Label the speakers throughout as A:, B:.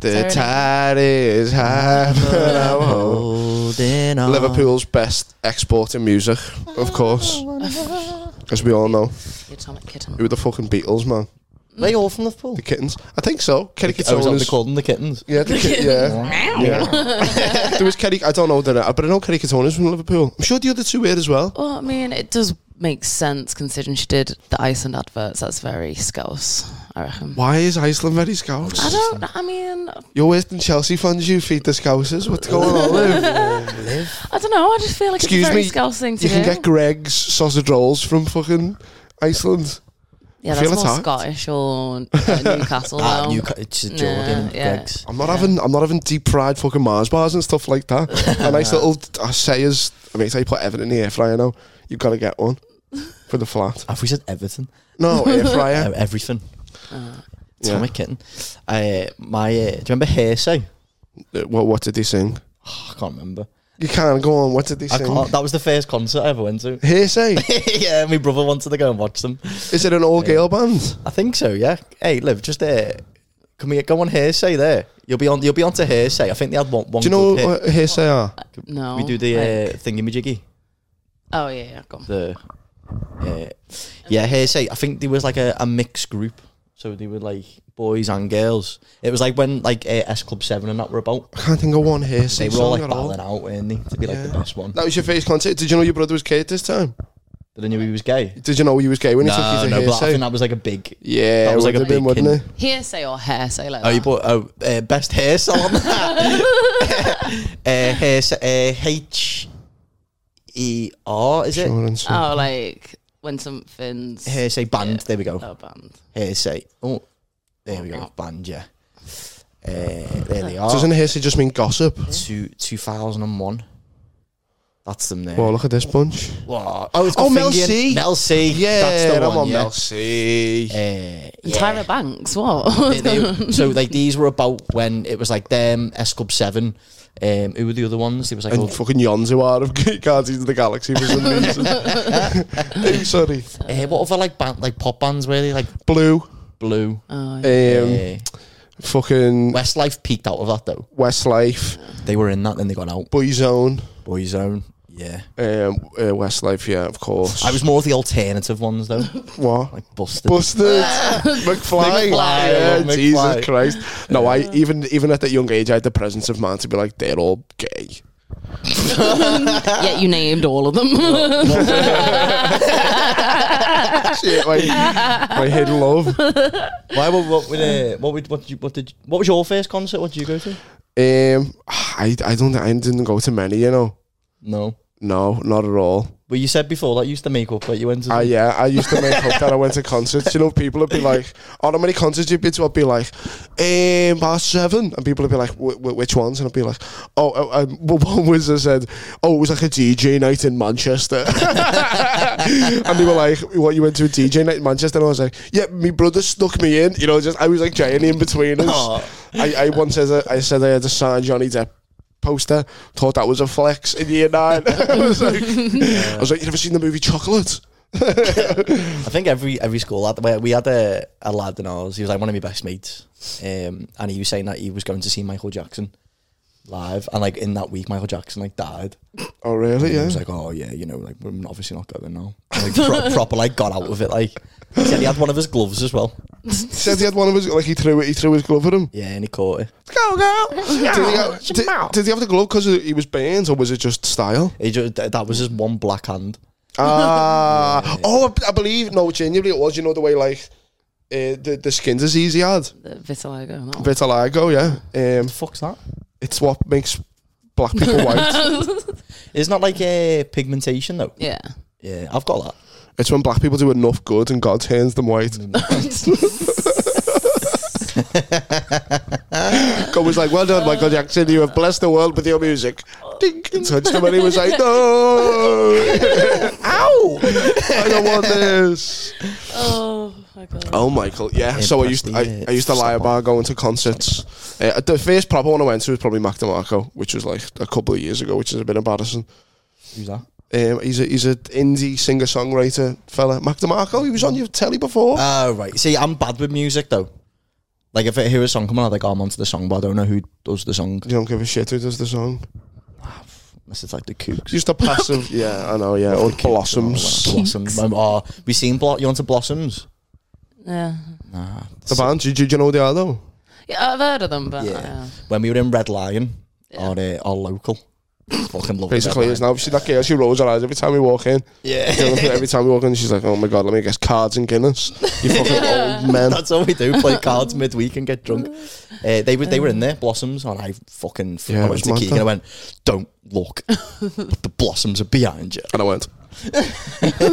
A: The tide is high, but I'm home.
B: holding on.
A: Liverpool's best export in music, of course. As we all know.
C: Atomic Kitten.
A: Who were the fucking Beatles, man?
B: They all from Liverpool.
A: The kittens? I think so. Kenny
B: I was on the
A: Katona's.
B: call them the kittens.
A: Yeah, the kit, yeah. yeah. there was Kenny, I don't know, the, but I know Kenny Katona's from Liverpool. I'm sure the other two were as well.
C: Well, I mean, it does make sense considering she did the Iceland adverts. That's very scouse, I reckon.
A: Why is Iceland very scouts?
C: I don't. I mean,
A: You're worse than Chelsea fans, you feed the scousers. What's going on, Liv?
C: I don't know. I just feel like
A: Excuse
C: it's a very
A: me,
C: scouse thing to
A: You
C: do.
A: can get Greg's sausage rolls from fucking Iceland.
C: yeah,
A: feel
C: that's more
A: attacked.
C: Scottish or uh, Newcastle.
B: Ah,
C: though.
B: New it's
C: Nah,
B: Jordan.
C: yeah.
B: Greggs.
A: I'm not having I'm not having deep fried fucking Mars bars and stuff like that. a nice little I say is I mean, say you put everything in the air fryer now, you've got to get one for the flat.
B: Have we said everything?
A: No air fryer.
B: Uh, everything.
A: Yeah.
B: Tommy Kitten. Uh, my, uh, do you remember Hearsay?
A: Uh, what what did they sing?
B: Oh, I can't remember.
A: You can't go on. What did they
B: I
A: sing?
B: can't, that was the first concert I ever went to.
A: Hearsay.
B: yeah, my brother wanted to go and watch them.
A: Is it an all Gael band?
B: I think so. Yeah. Hey, Liv, just uh, can we go on hearsay there? You'll be on. You'll be on to hearsay. I think they had one. one
A: Do you know
B: good hit.
A: what Hearsay are?
C: No.
B: we do the
C: Oh, like-
B: uh, thingamajiggy.
C: oh yeah, yeah, go on.
B: The uh, yeah hearsay. I think there was like a, a mixed group, so they were like boys and girls. It was like when like uh, S Club Seven and that were about.
A: I can't think of one Hearsay
B: They were
A: song
B: all like
A: at
B: battling out, weren't they? To be like the
A: Yeah.
B: best one.
A: That was your first concert. Did you know your brother was gay at this time?
B: Did I knew he was gay?
A: Did you know he was gay when he took
B: No,
A: you to
B: no, but I
A: Hearsay?
B: think that was like a big.
A: yeah,
B: that was like a
A: would've been,
B: big
A: wouldn't
B: hint.
A: it?
C: Hearsay or hair, say like
B: Oh, you
C: that.
B: bought oh, uh, best hair salon. uh, hair sa- uh, H E R is it?
A: Sure and so.
C: oh, like when something's
B: Hair say band. There we go.
C: oh, band.
B: Hair say. Oh, there we go. Band. Yeah. Uh, there they are.
A: Doesn't Hearsay just mean gossip?
B: Two two thousand and one. That's them there.
A: Well, look at this bunch.
B: Wow. Oh, it's got
A: Oh, Mel
B: Fingy in-
A: C.
B: Mel C. that's the
A: I'm
B: one.
A: on
B: yeah.
A: Mel C.
B: Uh,
C: And
B: yeah.
C: Tyra Banks. What?
B: They- they- so like these were about when it was like them S Club Seven. Um, who were the other ones? It was like
A: And
B: all-
A: fucking Yonzu are of Guardians of the Galaxy for some reason. Hey, sorry.
B: Uh, what other like band, like pop bands were they like
A: Blue.
B: Blue?
C: oh, yeah.
A: Um,
B: Uh,
A: fucking
B: Westlife peaked out of that though.
A: Westlife.
B: They were in that, then they got out.
A: Boyzone.
B: Boyzone. Yeah.
A: Um, uh, Westlife, yeah, of course.
B: I was more of the alternative ones though,
A: What?
B: like Busted.
A: Busted. McFly.
B: McFly, I
A: Yeah,
B: love
A: Jesus
B: McFly.
A: Christ. No, I even even at that young age, I had the presence of mind to be like, they're all gay.
C: Yet you named all of them.
A: Shit, my, my hidden love.
B: Why? What? What? Would, uh, what, would, what did you? What did? You, what was your first concert? What did you go to?
A: Um, I, I don't I didn't go to many, you know.
B: No.
A: No, not at all.
B: Well, you said before that you used to make up that you went to.
A: Uh, yeah, I used to make up that I went to concerts. You know, people would be like, "Oh, how many concerts you've been to?" I'd be like, um, about seven," and people would be like, "Wh- wh- "Which ones?" And I'd be like, "Oh, uh, um, well, one was I said, oh, it was like a DJ night in Manchester," and they were like, "What? You went to a DJ night in Manchester?" And I was like, "Yeah, my brother stuck me in." You know, just I was like giant in between
B: Aw.
A: us. I, I once said that- I said I had a signed Johnny Depp poster. Thought that was a flex in year nine. I was like, I was like, you never seen the movie Chocolate?
B: I think every every school had. We, we had a, a lad in ours. He was like one of my best mates, um, and he was saying that he was going to see Michael Jackson live, and like in that week, Michael Jackson like died.
A: Oh really?
B: He
A: Yeah.
B: was like, oh yeah, you know, like we're obviously not going now. Like pro- proper, like got out of it. Like he said, he had one of his gloves as well.
A: He said he had one of his like he threw it. He threw his glove at him.
B: Yeah, and he caught it.
A: Go go. Did he have, did, did he have the glove because he was banned or was it just style?
B: He just, that was his one black hand.
A: Ah. Oh, I, I believe no. Genuinely, it was. You know the way like. Uh, the, the skin disease he had,
C: The Vitiligo. and all.
A: vitiligo, yeah. Um,
B: The fuck's that?
A: it's what makes black people white.
B: It's not like uh, pigmentation though.
C: Yeah.
B: Yeah, I've got that.
A: it's when black people do enough good and God turns them white. God was like, "Well done, Michael Jackson. You have blessed the world with your music." Ding, and touched him, and he was like, "No,
B: Ow!
A: I don't want this."
C: Oh my god.
A: Oh, Michael, yeah. So I
B: press
A: used to,
B: the,
A: I,
B: uh,
A: I used to lie
B: stop
A: about going to concerts. Uh, the first proper one I went to was probably Mac DeMarco, which was like a couple of years ago, which is a bit embarrassing.
B: Who's that?
A: Um, he's a he's an indie singer songwriter fella, Mac DeMarco. He was on your telly before.
B: Oh right. See, I'm bad with music though. Like if I hear a song coming out, like oh, I'm onto the song, but I don't know who does the song.
A: You don't give a shit who does the song.
B: Unless it's like the Kooks.
A: Just a passive. yeah, I know. Yeah,
B: The
A: or
B: Kooks
A: blossoms.
B: or whatever. Blossoms. Um, oh, we seen Blo- you onto Blossoms?
C: Yeah.
B: Nah.
A: The band. Do, do you know who they are though?
C: Yeah, I've heard of them, but
B: Yeah.
C: yeah.
B: When we were in Red Lion,
C: Yeah.
B: our, uh, our local. Fucking love
A: Basically, it's now. She that girl. She rolls her eyes every time we walk in.
B: Yeah.
A: every time we walk in, she's like, "Oh my god, let me guess, cards and Guinness." You fucking old men.
B: That's all we do, play cards midweek and get drunk. Uh, they were they were in there, Blossoms, and I fucking
A: Yeah,
B: I
A: it
B: went
A: was
B: to
A: mad,
B: Keegan and I went, Don't look. but the blossoms are behind you.
A: And I went,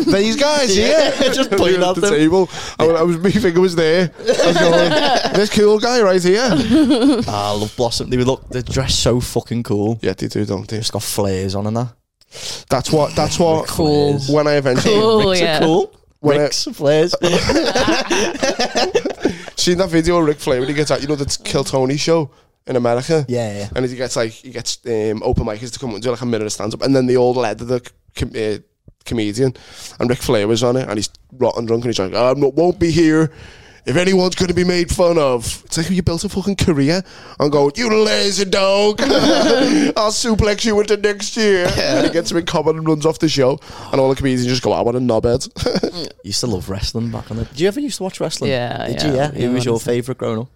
A: these guys,
B: Yeah,
A: yeah,
B: just point
A: Leaning
B: at
A: the
B: them.
A: table. I, went- I was, my finger was there. I was going, this cool guy right here.
B: Ah, I love Blossom. They were look they're dressed so fucking cool.
A: Yeah, they do, don't they?
B: Just got flares on and that.
A: That's what. That's what.
C: Cool.
B: Flares.
A: When I eventually
C: Cool,
B: Ricks
C: Oh, yeah.
B: are cool.
A: When I-
B: Ricks, flares.
A: seen that video of Ric Flair when he gets out, you know, the Kill Tony show in America.
B: yeah, yeah.
A: And he gets like he gets um, open micers to come and do like a minute of stand up, and then they all led the com- uh, comedian, and Ric Flair was on it, and he's rotten drunk, and he's like, "I won't be here." If anyone's going to be made fun of, it's like you built a fucking career on going, you lazy dog, I'll suplex you into next year. And he gets him in common and runs off the show. And all the comedians just go, I want a knobhead.
B: Used to love wrestling back on the Do you ever used to watch wrestling?
C: Yeah,
B: Did
C: yeah,
B: you, yeah?
C: yeah,
B: Who was your
C: honestly.
B: favourite grown up?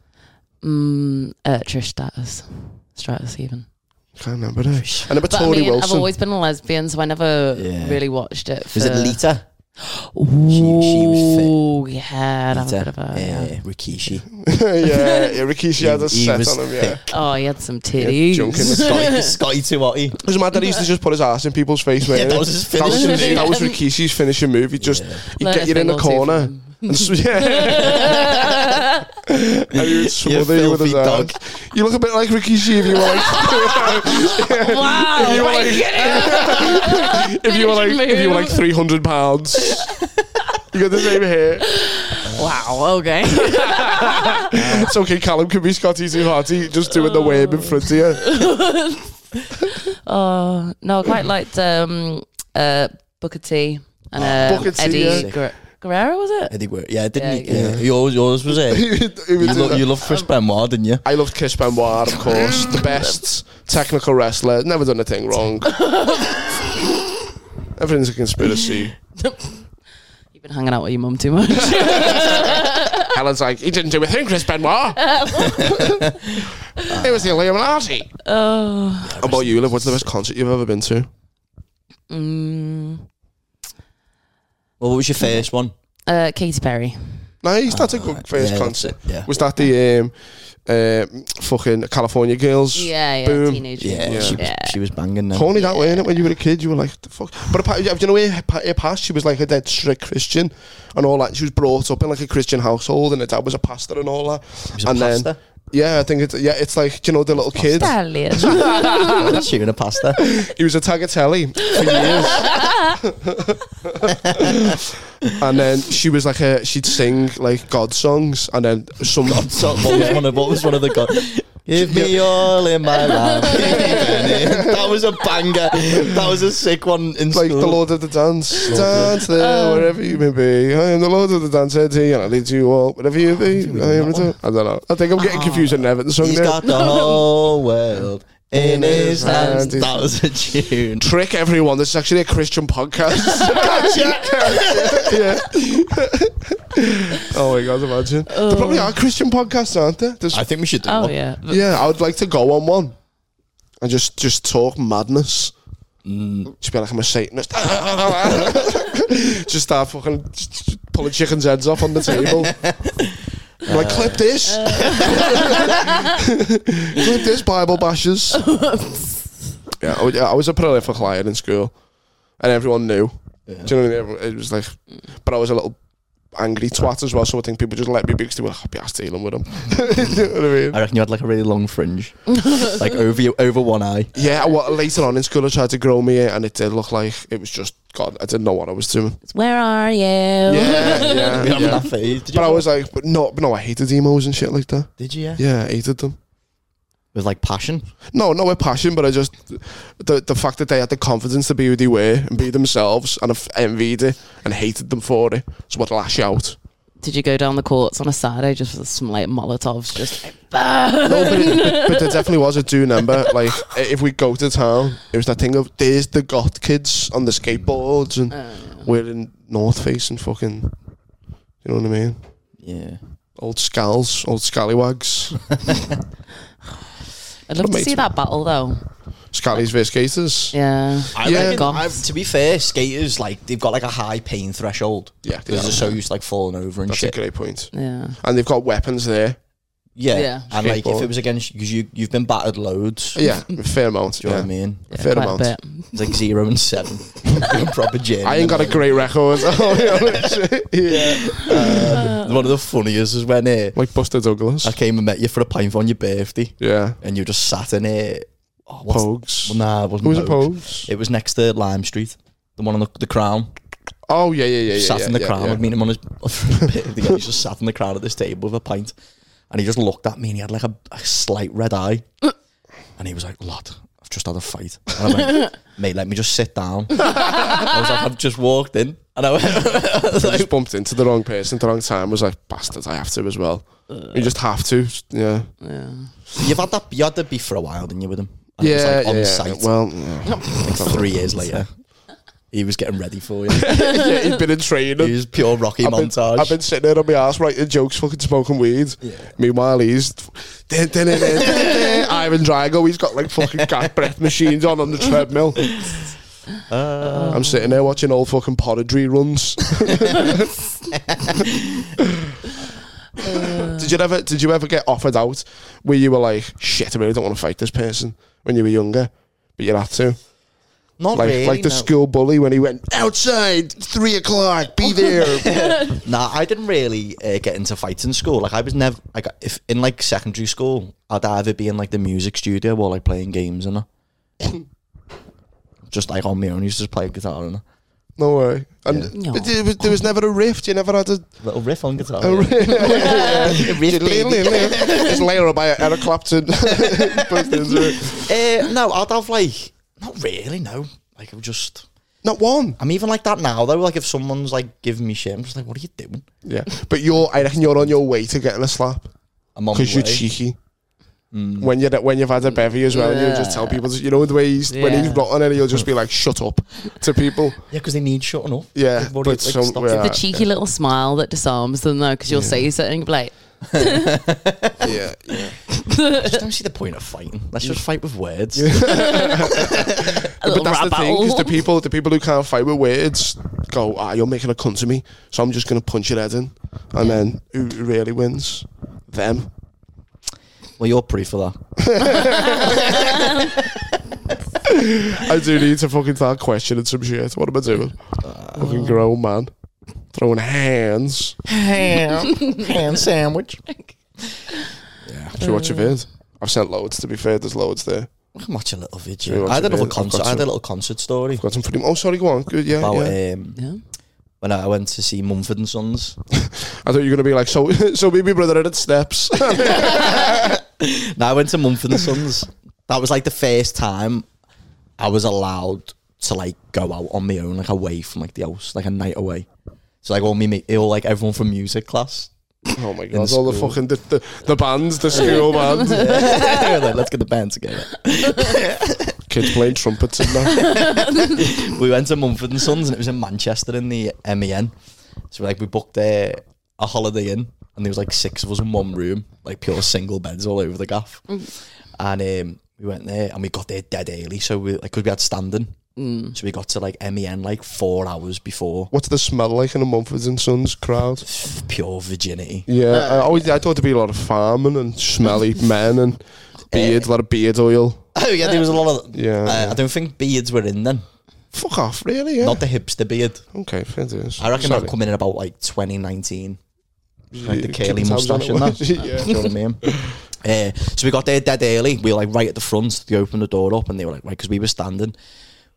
C: Mm, uh, Trish Stratus. Stratus, even.
A: Can't remember that. I remember
C: But
A: Tony
C: I mean, I've
A: Wilson.
C: always been a lesbian, so I never
B: Yeah.
C: really watched it. For,
B: Was it Lita?
C: Ooh, yeah, I'd have a
B: Lita.
C: bit of a.
B: yeah,
C: yeah.
B: Rikishi.
A: yeah, yeah, Rikishi had a
B: He- he
A: set
B: was
A: on him. Yeah.
B: thick.
C: Oh, he had some
A: Yeah,
C: titties.
A: junk in the
B: Scotty, Scotty Tuati.
A: It was mad that he used to just put his ass in people's face,
B: Yeah,
A: man.
B: that was his
A: that was,
B: finishing move.
A: that was Rikishi's finishing move. He just he'd
C: Learn
A: get
C: a
A: you in
C: thing
A: the
C: or two from
A: corner.
C: him.
A: And s- yeah. and he would smother you with his
B: filthy
A: dog.
B: dog.
A: You look a bit like Rikishi if you were like,
C: Wow.
A: You were
C: right,
A: like-
C: get it.
A: if you were like
C: Finishing
A: if you were like
C: move.
A: three hundred pounds. You got the same hair.
C: wow, okay.
B: Ah.
A: It's okay, Callum could be Scotty too hearty, just doing the wave in front of you.
C: Oh, no, I quite liked um, uh, Booker T and uh,
A: Booker T,
C: Eddie
A: yeah.
C: Guer- Guerrero, was it?
B: Eddie Guerrero. Yeah, didn't
C: Yeah, Um,
B: he? Yeah. Yours, yours was it.
A: He would- he
B: you,
A: would do
B: lo-
A: that.
B: you loved Chris Benoit, didn't you?
A: I loved Chris Benoit, of course. The best technical wrestler. Never done a thing wrong. Everything's a conspiracy.
C: You've been hanging out with your mum too much.
A: Helen's like, he didn't do a thing, Chris Benoit. it was the Illuminati.
C: oh.
A: How about you, Liv? What's the best concert you've ever been to?
C: Mm,
B: Well, what was your first one?
C: uh, Katy Perry.
A: Nice, that's a
B: Uh,
A: good first
B: yeah,
A: concert.
B: that's it, Yeah.
A: Was that the um, uh, fucking California Girls?
C: Yeah, yeah,
A: Boom.
C: teenage.
B: Yeah,
A: Yeah.
B: She, was,
C: Yeah.
B: she was banging them.
A: Corny that way, innit? When you were a kid, you were like, the fuck. But apart, you know, her, pa- her past, she was like a dead strict Christian and all that. She was brought up in like a Christian household and her dad was a pastor and all that.
B: She was a
A: and then-
B: pasta.
A: Yeah, I think it's, yeah, it's like, do you know, the little kid.
C: Stallion.
B: Then, she was a pasta.
A: He was a tagliatelle for years. and then she was like a, she'd sing like God songs and then some,
B: So what was one of what was one of the god? Give me all in my life. that was a banger. That was a sick one in
A: like
B: school.
A: the Lord of the Dance. Dance there, wherever you may be. I am the Lord of the Dance, and I lead you all, wherever you be. I, am the I don't know. Ah. I think I'm getting confused in Everton song
B: He's
A: there.
B: got the whole world in his hands.
A: hands.
B: That was a tune.
A: Trick everyone. This is actually a Christian podcast. yeah. oh my god! Imagine there probably are Christian podcasts, aren't there? There's,
B: I think we should do
C: Oh
B: one.
C: yeah. But
A: yeah, I would like to go on one and just just talk madness. Just be like I'm a Satanist. just start fucking just, just pulling chickens' heads off on the table. I'm like clip this, clip this Bible bashes. yeah, I, was- yeah, I was a prolific liar in school, and everyone knew. Do you know what I mean? Everyone- It was like, but I was a little angry twat as well. So I think people just let me be because they were like, I'll be ass dealing with them. you know what I mean?
B: I reckon you had like a really long fringe, like over your, over one eye.
A: Yeah, well, later on in school, I tried to grow me it, and it did look like it was just God. I didn't know what I was doing.
C: it's, Where are you?
A: Yeah, yeah.
B: You
A: yeah.
B: have that phase. Did you
A: But I
B: have-
A: was like, but no, but no, I hated emos and shit like that.
B: Did you? Yeah.
A: Yeah, I hated them.
B: With like passion.
A: No, no, with passion, but I just the the fact that they had the confidence to be who they were and be themselves, and I f- envied it and hated them for it. So I'd lash out.
C: Did you go down the courts on a Saturday just with some like Molotovs? Just
A: No,
C: burn.
A: but, it, but, but there definitely was a do number. Like i- if we go to town, it was that thing of there's the goth kids on the skateboards and we're in North Face and fucking, you know what I mean?
B: Yeah.
A: Old scals, old scallywags,
C: I'd love to
A: Amazing.
C: see that battle though.
A: scallies versus skaters.
C: Yeah.
B: I
A: Yeah.
B: reckon,
C: Goth.
B: I, to be fair, skaters like they've got like a high pain threshold.
A: Yeah,
B: because
A: yeah.
B: they're so used to like falling over and
A: That's
B: shit.
A: a great point.
C: Yeah.
A: And they've got weapons there.
B: Yeah.
C: Yeah.
B: and like if
A: Skateboard.
B: it was against because you you've been battered loads.
A: Yeah, a fair amount.
B: Do you know
A: Yeah.
B: what I mean?
C: yeah
A: Fair
C: quite
A: amount.
C: a
B: It's like zero and seven. You're a proper gym.
A: I ain't got a great record. yeah.
B: One of the funniest is when uh,
A: Like Buster Douglas.
B: I came and met you for a pint on your birthday,
A: Yeah.
B: and you just sat in it. Oh, what's-
A: Pogues.
B: well, nah, it wasn't.
A: Who was it,
B: Pogues.
A: Pogues?
B: It was next to Lime Street, the one on the, the Crown.
A: Oh, yeah, yeah, yeah. yeah
B: sat
A: yeah,
B: in the
A: yeah,
B: crowd.
A: yeah.
B: I'd meet him on his birthday. He just sat in the crowd at this table with a pint, and he just looked at me and he had like a, a slight red eye, and he was like, "Lad, I've just had a fight." And I was like, "Mate, let me just sit down." I was like, "I've just walked in," and I went, I was
A: I
B: like,
A: just bumped into the wrong person at the wrong time. Was like, bastard, I have to as well.
B: Uh,
A: you just have to. Yeah.
C: bit. Yeah.
B: "You've had that. You had that beef for a while, didn't you, with him?" And it was,
A: Yeah,
B: like, on
A: yeah,
B: site.
A: Well, yeah.
B: Like, three years later, he was getting ready for you.
A: yeah, he's been in training.
B: He was pure Rocky
A: I've been,
B: montage.
A: I've been sitting there on my ass writing jokes, fucking smoking weed.
B: Yeah.
A: Meanwhile, he's dun, dun, dun, dun, dun, dun. Ivan Drago. He's got like fucking gas breath machines on on the treadmill.
B: Uh.
A: I'm sitting there watching old fucking pottery runs.
B: Uh.
A: did you ever? Did you ever get offered out where you were like, "Shit, I really don't want to fight this person" when you were younger, but you had to?
B: Not
A: Like,
B: really,
A: like the
B: no.
A: school bully when he went outside three o'clock, be there.
B: Nah, I didn't really uh, get into fights in school. Like I was never like if in like secondary school, I'd either be in like the music studio or like playing games and that. just like on my own, used to just play guitar and a
A: No way. And
C: Yeah.
A: but there, was, there was never a rift. You never had a,
B: little riff on guitar.
A: a
B: yeah.
A: rift.
B: A riff, baby.
A: Just later by Eric Clapton. Bumped into it.
B: Uh, no, I'd have like not really. No, like I'm just
A: Not one.
B: I'm even like that now though. Like if someone's like giving me shit, I'm just like, what are you doing?
A: Yeah, but you're. I reckon you're on your way to getting a slap
B: I'm on my
A: because you're
B: way.
A: cheeky. When you when you've had a bevy as well, and you just tell people, you know the way he's when he's
C: Yeah.
A: rotten, and he'll just be like, "Shut up," to people.
B: Yeah, because they need shutting up.
A: Yeah,
B: Like, what
A: but
B: are you- like,
A: some-
B: stop
A: yeah.
B: it.
C: The cheeky little smile that disarms them though, because you'll say something you'll be like,
A: Yeah, yeah.
B: I just don't see the point of fighting. Let's just fight with words.
C: a
A: But
C: little
A: that's
C: rap
A: the thing is
C: battle.
A: the people the people who can't fight with words go, "Ah, you're making a cunt of me," so I'm just gonna punch your head in, and then who really wins? Them.
B: Well, you're pretty for that.
A: I do need to fucking start questioning some shit. What am I doing?
C: Uh,
A: fucking grown man. Throwing hands.
B: ham, ham sandwich.
A: Should we watch a vid? I've sent loads, to be fair. There's loads there.
B: I can watch a little
A: Yeah,
B: video.
A: watch
B: I had
A: a
B: a
A: video.
B: little
A: I've
B: concert.
A: got
B: I had a
A: some.
B: little concert story
A: Got some pretty. Oh, sorry, go on. Good, yeah.
B: about
A: yeah.
B: um,
C: yeah.
B: when I went to see Mumford and Sons.
A: I thought you were going to be like, so so me, and my brother, at steps.
B: no, I went to Mumford and Sons. That was like the first time I was allowed to like go out on my own, like away from like the house, like a night away. So like all me, ma- all like everyone from music class.
A: oh my God.
B: the
A: All the
B: school.
A: fucking. The, the, the bands, the school band.
B: Like, Let's get the band together.
A: Kids playing trumpets and that.
B: we went to Mumford and Sons and it was in Manchester in the MEN. So like we booked a, a holiday in and there was like six of us in one room, like pure single beds all over the gaff. And um, we went there and we got there dead early, so we like 'cause we had standing. So we got to like MEN like four hours before
A: What's the smell like in a Mumford and Sons crowd? Uh,
B: F- pure virginity.
A: Yeah, I always I thought there'd be a lot of farming and smelly men and beards, a lot of beard oil.
B: Oh yeah, there was a lot of
A: Yeah.
B: Uh, I don't think beards were in then.
A: Fuck off, really? Yeah.
B: Not the hipster beard.
A: okay, fair dues.
B: I reckon
A: Sorry.
B: that come in at about like 2019. like the
A: Yeah,
B: curly
A: keep tabs on
B: moustache
A: it,
B: and
A: won't
B: that.
A: you?
B: Do you know what I mean? Uh, so we got there dead early. We were like right at the front. They opened the door up and they were like, right, because we were standing.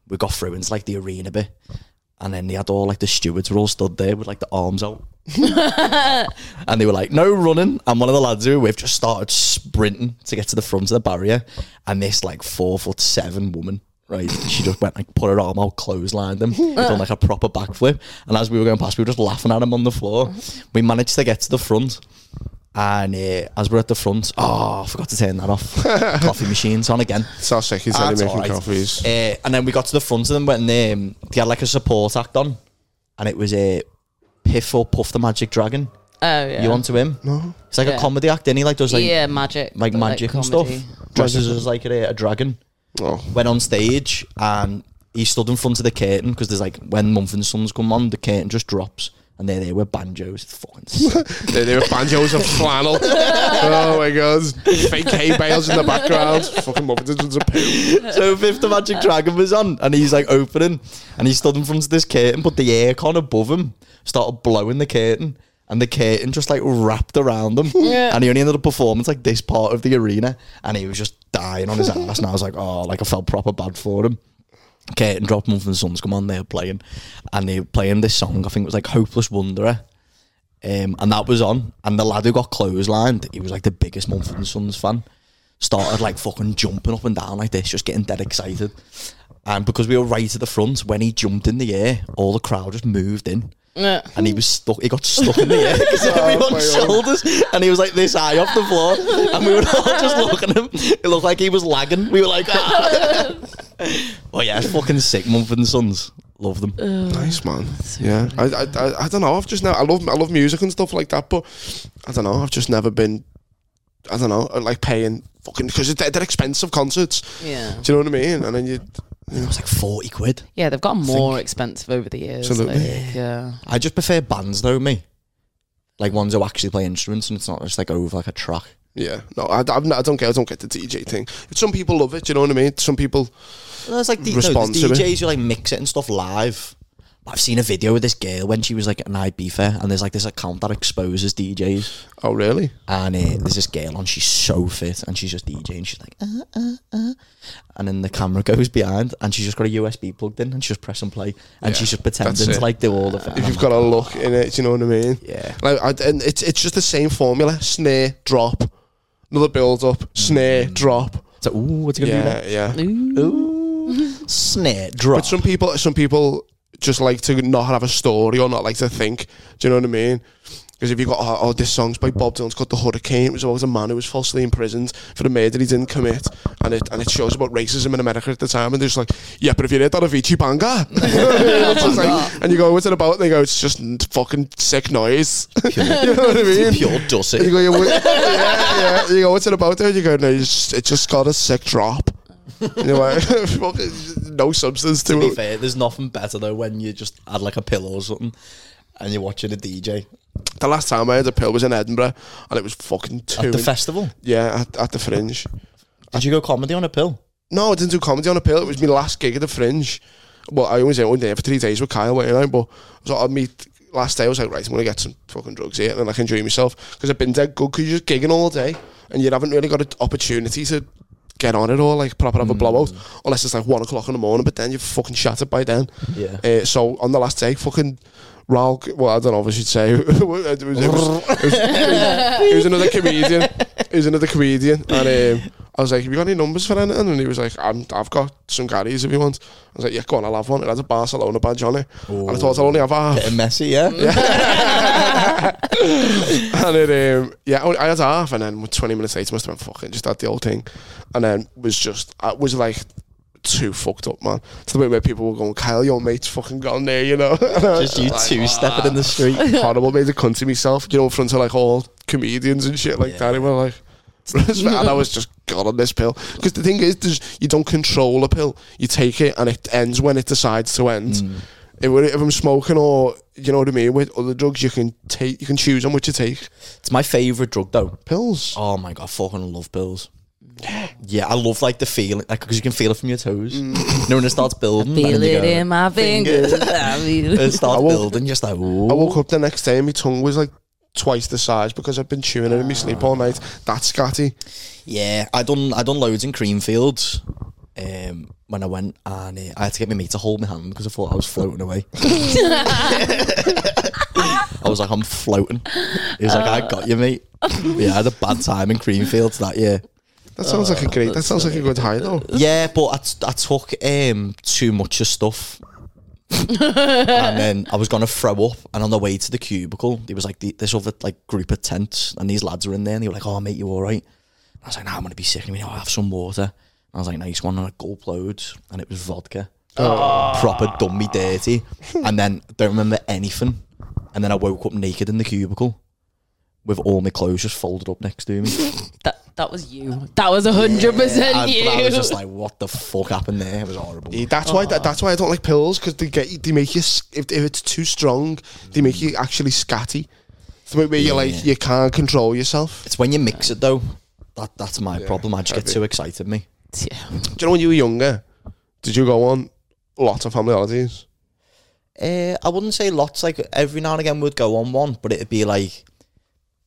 B: We got through into like the arena bit. And then they had all like the stewards were all stood there with like the arms out. and they were like, no running. And one of the lads who we've just started sprinting to get to the front of the barrier. And this like four foot seven woman right? She just went like put her arm out, clotheslined him, and done like a proper backflip. And as we were going past, we were just laughing at him on the floor. We managed to get to the front. And uh, as we're at the front, oh, I forgot to turn that off. Coffee machine's on again.
A: It's our second time
B: That's
A: making
B: alright.
A: coffees.
B: Uh, and then we got to the front of them when they, um, they had like a support act on, and it was a uh, Piff or Puff the Magic Dragon.
C: Oh yeah.
B: You on to him?
A: No.
B: It's like
C: Yeah.
B: a comedy act, and he like does like
C: yeah, magic.
B: like
C: but,
B: magic and stuff.
C: comedy.
B: Dresses as like a, a dragon.
A: Oh.
B: Went on stage and he stood in front of the curtain because there's like when Mumford and Sons come on, the curtain just drops. And there they were banjos. It's fucking sick.
A: They, they were banjos and flannel. oh my god. Fake hay bales in the background. Fucking Muppets a poo.
B: so Fifth the Magic Dragon was on and he's like opening and he stood in front of this curtain, but the aircon above him started blowing the curtain and the curtain just like wrapped around him.
C: Yeah.
B: And he only ended up performing like this part of the arena and he was just dying on his ass and I was like, oh, like I felt proper bad for him. Curtain drop Mumford and Sons come on, they were playing and they were playing this song, I think it was like Hopeless Wanderer. Um, and that was on. And the lad who got clotheslined, he was like the biggest Mumford and Sons fan. Started like fucking jumping up and down like this, just getting dead excited. And because we were right at the front, when he jumped in the air, all the crowd just moved in.
C: Yeah.
B: And he was stuck. He got stuck in the air because everyone's
A: my
B: shoulders, and he was like this high off the floor, and we were all just looking at him. It looked like he was lagging. We were like, ah. "Oh yeah, it's fucking sick." Mumford and Sons, love them.
A: Nice man. Yeah. I, I I I don't know. I've just never. I love I love music and stuff like that, but I don't know. I've just never been. I don't know. uh, Like paying fucking because they're, they're expensive concerts.
C: Yeah.
A: Do you know what I mean? And then you.
B: It was like forty quid.
C: Yeah, they've gotten more expensive over the years.
A: Absolutely.
C: like, yeah.
B: I just prefer bands though, me. Like ones who actually play instruments and it's not just like over like a track.
A: Yeah. No. I, I've n- I don't get. I don't get the DJ thing. Some people love it. Do you know what I mean? Some people.
B: There's like the,
A: Response to it.
B: DJs who like mix it and stuff live. I've seen a video of this girl when she was like an Ibiza and there's like this account that exposes DJs
A: Oh really?
B: and uh, there's this girl on she's so fit and she's just DJing she's like uh uh uh and then the camera goes behind and she's just got a USB plugged in and she's just pressing play and
A: Yeah,
B: she's just pretending
A: that's
B: to
A: it.
B: like do all the things.
A: If you've got a look in it, do you know what I mean?
B: yeah.
A: Like, I, and it's it's just the same formula: snare, drop, another build up, snare, drop.
B: It's like, ooh, what's it gonna
A: Yeah, yeah.
C: Ooh.
B: do now? Ooh snare drop.
A: But some people, some people just like to not have a story or not like to think. Do you know what I mean? Because if you got oh, oh, this song's by Bob Dylan's called "The Hurricane," it was always a man who was falsely imprisoned for a murder he didn't commit, and it and it shows about racism in America at the time. And they're just like, "Yeah, but if you did that Avicii banger," It's just like- and you go, "What's it about?" And they go, "It's just n- fucking sick noise." you know what I mean?
B: pure does
A: And
B: it.
A: you go, yeah, what, yeah, yeah. You go, what's it about there? And you go, no, it's just, it just got a sick drop. You know, like, fucking no substance to,
B: to be
A: it.
B: fair, there's nothing better though when you just add like a pillow or something and you're watching a DJ
A: The last time I had a pill was in Edinburgh, and it was fucking two.
B: at the
A: in-
B: festival.
A: yeah, at, at the Fringe.
B: Did you go comedy on a pill?
A: No, I didn't do comedy on a pill. It was my last gig at the Fringe. Well, I only went there for three days with Kyle, weren't I? But so on me last day, I was like, right, I'm gonna get some fucking drugs here, and then I can enjoy myself because I've been dead good. Cause you're just gigging all day, and you haven't really got an opportunity to get on it all, like proper have a blowout, unless it's like one o'clock in the morning. But then you're fucking shattered by then.
B: Yeah.
A: Uh, so on the last day, fucking. Raul, well, I don't know if I should say. it, was, it, was, it, was, it was- it was another comedian. It was another comedian, and um, I was like, "Have you got any numbers for anything?" And he was like, I'm, "I've got some Gary's if you want." I was like, "Yeah, go on, I'll have one." It had a Barcelona badge on it, and I thought I'll only have half.
B: Getting messy, yeah?
A: and it, um, yeah, I I had half, and then 20 minutes later, must have been fucking just had the whole thing, and then was just, I was like too fucked up, man. To the point where people were going, "Kyle, your mate's fucking gone there," you know. And I was
B: Just you
A: like,
B: two stepping in the street.
A: horrible made a cunt of myself, you know, in front of like all comedians and shit like that. And we're like, and I was just God on this pill because the thing is, there's, you don't control a pill. You take it and it ends when it decides to end.
B: Mm.
A: If, we're- if I'm smoking or you know what I mean with other drugs, you can take, you can choose on which you take
B: It's my favourite drug though.
A: pills.
B: Oh my god, I fucking love pills. Yeah, I love like the feeling, like because you can feel it from your toes. You know when it starts building,
C: Feel
B: and you
C: it
B: go-
C: in my fingers. I feel
B: It
C: it.
B: starts
A: I woke-
B: building, just like
A: I
B: ooh.
A: woke up the next day and my tongue was like twice the size because I've been chewing it in my sleep all night. That's scatty.
B: Yeah, I done I done loads in Creamfields. Um, when I went and uh, I had to get my mate to hold my hand because I thought I was floating away. I was like, I'm floating. He was like, I got you, mate. yeah, I had a bad time in Creamfields that year.
A: That sounds like a great. That
C: that's
A: sounds like a good high though.
B: Yeah, but I, t- I took um, too much of stuff. and then I was going to throw up. And on the way to the cubicle, there was like the, this other like group of tents. And these lads were in there. And they were like, oh, mate, you all right? And I was like, no, I'm going to be sick. And we know I have some water. And I was like, nice one. And I gulped loads. And it was vodka. Proper done me dirty. and then don't remember anything. And then I woke up naked in the cubicle with all my clothes just folded up next to me.
C: That that was you. That was hundred
B: I,
C: percent you.
B: I was just like, what the fuck happened there? It was horrible.
A: Yeah, that's why that, that's why I don't like pills because they get you- they make you s- if, if it's too strong they make you actually scatty. It's the way where you like you can't control yourself.
B: It's when you mix it though. That that's my problem. I just get too excited, me.
C: Yeah.
A: Do you know when you were younger? Did you go on lots of family holidays?
B: Uh, I wouldn't say lots. Like every now and again, we'd go on one, but it'd be like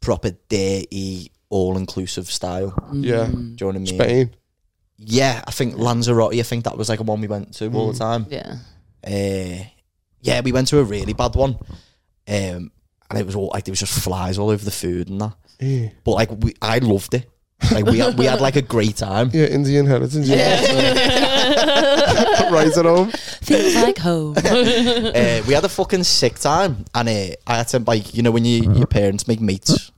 B: proper dirty, all inclusive style.
A: Yeah,
B: Do you know what I mean?
A: Spain.
B: Yeah, I think Lanzarote. I think that was like one we went to all the time.
C: Yeah.
B: Uh, yeah, we went to a really bad one, um, and it was all like there was just flies all over the food and that.
A: Yeah,
B: But like we, I loved it. Like we had, we had like a great time.
A: yeah Indian heritage. Yeah, right at home.
C: Feels like home.
B: uh, we had a fucking sick time, and uh, I had to like you know when you, your parents make mates, with-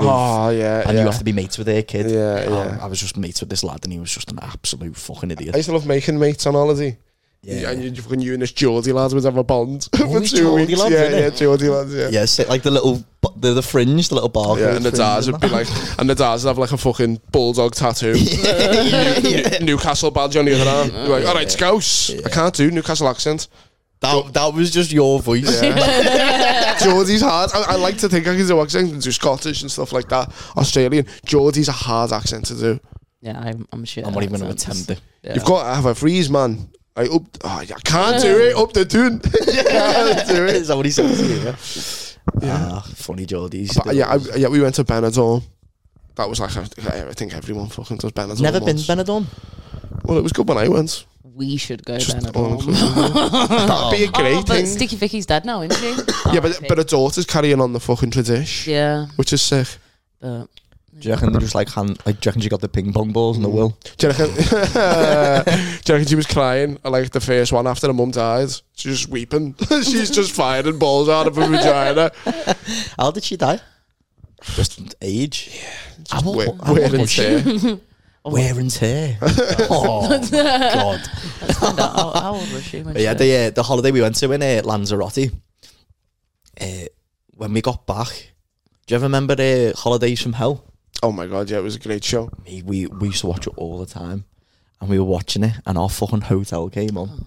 A: Oh yeah,
B: and
A: yeah.
B: you have to be mates with their kid.
A: Yeah,
B: I-
A: yeah.
B: I, was just mates with this lad, and he was just an absolute fucking idiot.
A: I used to love making mates on holiday.
B: yeah,
A: And you, fucking you and this Geordie lad would have a bond for
B: Only
A: two
B: Geordie
A: weeks.
B: lads,
A: yeah,
B: innit?
A: yeah, Geordie lads, yeah.
B: yeah, sit like the little bu- the, the fringe, the little bar.
A: Yeah, and the dads would be like, and the dads would have like a fucking bulldog tattoo, New- Newcastle badge on the other arm. You're like, all right, scouse. I can't do Newcastle accent.
B: that, that was just your voice.
A: Geordie's hard. I, I like to think I can do accent and do Scottish and stuff like that. Australian. Geordie's a hard accent to do.
C: yeah, I'm, I'm sure.
B: I'm not even gonna attempt it.
A: You've got to have a freeze, man. I up, oh, I can't do it up the dune. can't do it.
B: Is that what he said to you? Yeah. Ah, funny Geordies.
A: But yeah, I, yeah, we went to Benidorm. That was like I, I think everyone fucking does Benidorm.
B: never been
A: once.
B: Benidorm.
A: Well, it was good when I went.
C: We should go
A: Just
C: then. at
A: all
C: all.
A: inclusive. That'd be a great
C: Oh,
A: thing.
C: but Sticky Vicky's dead now, isn't she? Oh,
A: yeah, but but her daughter's carrying on the fucking tradition,
C: yeah,
A: which is sick.
C: but
B: Do you reckon they just like hand? Like, do you reckon she got the ping pong balls
A: Mm.
B: in the will?
A: Do you reckon, do you reckon she was crying at, like the first one after her mum died? She's just weeping. She's just firing balls out of her vagina.
B: How did she die? Just age. Yeah. I
A: Wait,
B: won't, I
A: where
B: won't
A: and
B: watch it.
A: tear.
B: Wear and tear. oh my god.
C: how, oh, how old was she? When
B: But yeah,
C: she
B: the uh, the holiday we went to in uh, Lanzarote. Uh, when we got back, do you ever remember the holidays from hell?
A: Oh my god, yeah, it was a great show.
B: Me, we we used to watch it all the time, and we were watching it, and our fucking hotel came on.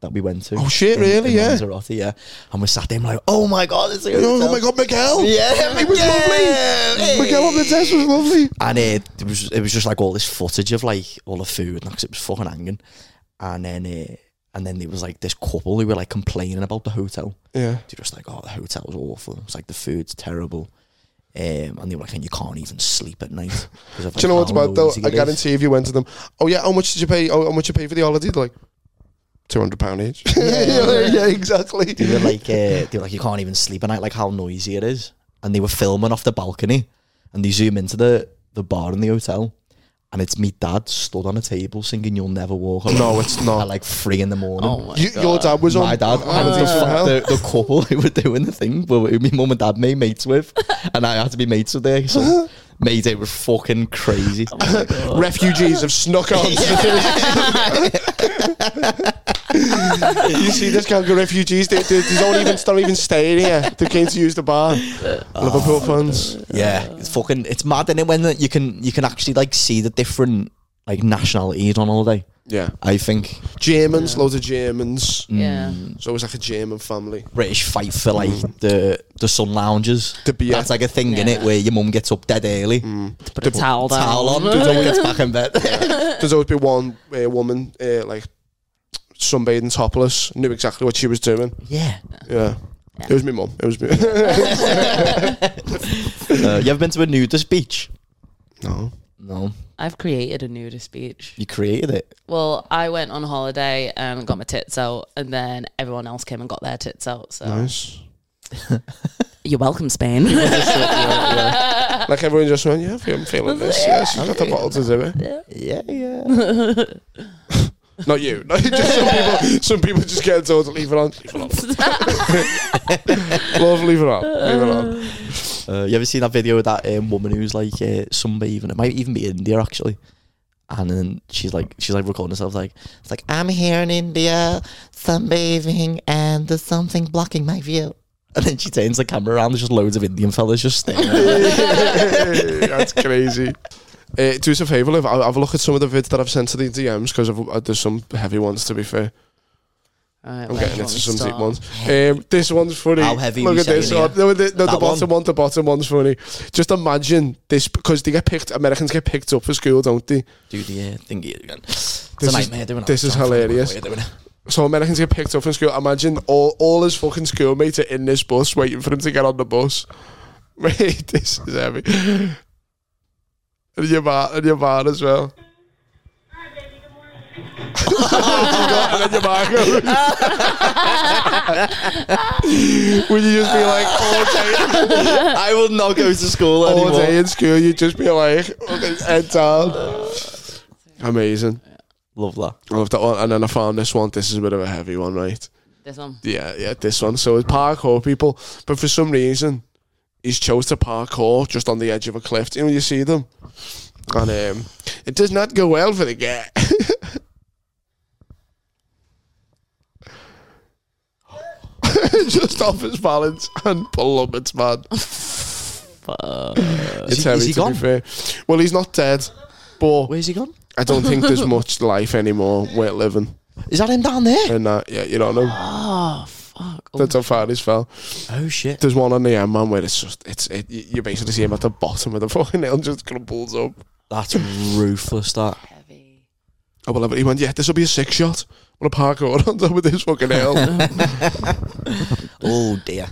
B: That we went to.
A: Oh shit,
B: in-
A: really?
B: in
A: yeah.
B: Lanzarote, yeah. And we sat there and like, oh my god, it's a hotel.
A: Oh my god, Miguel.
B: Yeah,
A: it was
B: yeah,
A: lovely.
B: hey.
A: Miguel on the desk was lovely.
B: And it, it was it was just like all this footage of like all the food because it was fucking hanging, and then uh, and then there was like this couple who were like complaining about the hotel.
A: Yeah.
B: They're just like, oh, the hotel's awful. It's like the food's terrible, um, and they were like, and you can't even sleep at night. 'cause of,
A: Do you know
B: like,
A: what's
B: how
A: bad though?
B: noisy
A: I
B: it is."
A: guarantee if you went to them, oh yeah, how much did you pay? Oh, how much you pay for the holiday? They're like two hundred pound each. Yeah, yeah, exactly.
B: They were like, uh, they were like, you can't even sleep at night. Like how noisy it is. And they were filming off the balcony, and they zoom into the the bar in the hotel, and it's me dad stood on a table singing "You'll Never Walk Alone."
A: No, it's not.
B: At like three in the morning.
C: Oh my
A: You-
C: god.
A: your dad was on.
B: my dad and
A: Holidays
B: the,
A: from Hell.
B: fa- the, the couple who were doing the thing were who my mum and dad made mates with and I had to be mates with there so mate it was fucking crazy
A: refugees have snuck on. you see this gang of refugees? They, they, they don't even, they're not even staying here. They came to use the bar. Liverpool fans.
B: yeah it's fucking it's mad and it when you can you can actually like see the different like nationalities on holiday
A: Yeah.
B: I think
A: Germans, loads of Germans.
C: yeah.
B: Mm.
A: It's always like a German family.
B: British fight for like the the sun lounges
A: The beer.
B: that's like a thing in it
C: Yeah.
B: where your mum gets up dead early
C: Put a towel down.
B: towel on and gets back in bed
A: There's always been one uh, woman, uh, like, sunbathing topless, knew exactly what she was doing.
B: yeah
A: Yeah. It was my mum. It was me.
B: Uh, you ever been to a nudist beach
A: no.
B: no
C: I've created a nudist beach.
B: you created it
C: Well, I went on holiday and got my tits out, and then everyone else came and got their tits out. So
A: Nice.
C: You're welcome, Spain.
A: Like everyone just went, yeah, I'm feeling this. Yeah, she's got the bottle to do it.
B: Yeah, yeah.
A: Not you. No, just some people. Some people just get told to leave it on. Leave it on. Love, leave it on. Leave it on.
B: Uh, you ever seen that video of that um, woman who's like uh, sunbathing? It might even be India actually. And then she's like, she's like recording herself, like it's like I'm here in India sunbathing, and there's something blocking my view. And then she turns the camera around. There's just loads of Indian fellas just staring. at her.
A: That's crazy. Uh, do us a favour, Liv. I'll have a look at some of the vids that I've sent to the DMs because uh, there's some heavy ones. To be fair, I'm getting into some deep ones. Um, this one's funny.
B: How heavy
A: Look
B: we
A: at this
B: saying
A: one. No, the, no, the
B: That
A: bottom one.
B: one?
A: The bottom one's funny. Just imagine this because they get picked. Americans get picked up for school, don't they?
B: Do the uh, thingy again. It's
A: This is-
B: a nightmare doing it.
A: this is
B: It's a fucking
A: hilarious.
B: nightmare doing it.
A: So Americans get picked up from school. Imagine all, all his fucking schoolmates are in this bus waiting for him to get on the bus. Mate, this is heavy. And your man, and your man as well. and then your man goes. Would you just be like all day,
B: I will not go to school
A: all day
B: anymore.
A: in school? You'd just be like, okay, head down. Amazing.
B: Love that.
A: I love that one. And then I found this one. This is a bit of a heavy one, right?
C: This one.
A: Yeah, yeah, this one. So it's parkour people, but for some reason, he's chose to parkour just on the edge of a cliff. You know, you see them, and um, it does not go well for the guy. just off his balance and plummets, man. It's
B: Is he-
A: heavy
B: is he
A: to
B: gone?
A: be fair. Well, he's not dead, but
B: Where's he gone?
A: I don't think there's much life anymore. We're living
B: Is that him down there?
A: and that. Yeah, you don't know.
C: Oh fuck! Oh,
A: That's how far he's fell.
B: Oh shit.
A: There's one on the end, man, where it's just it's it, y- you basically see him at the bottom of the fucking hill, just crumples up.
B: That's ruthless. That.
C: heavy.
A: I will have it. He went, yeah, this will be a six shot. I'm gonna parkour on top of this fucking hill.
B: Oh dear.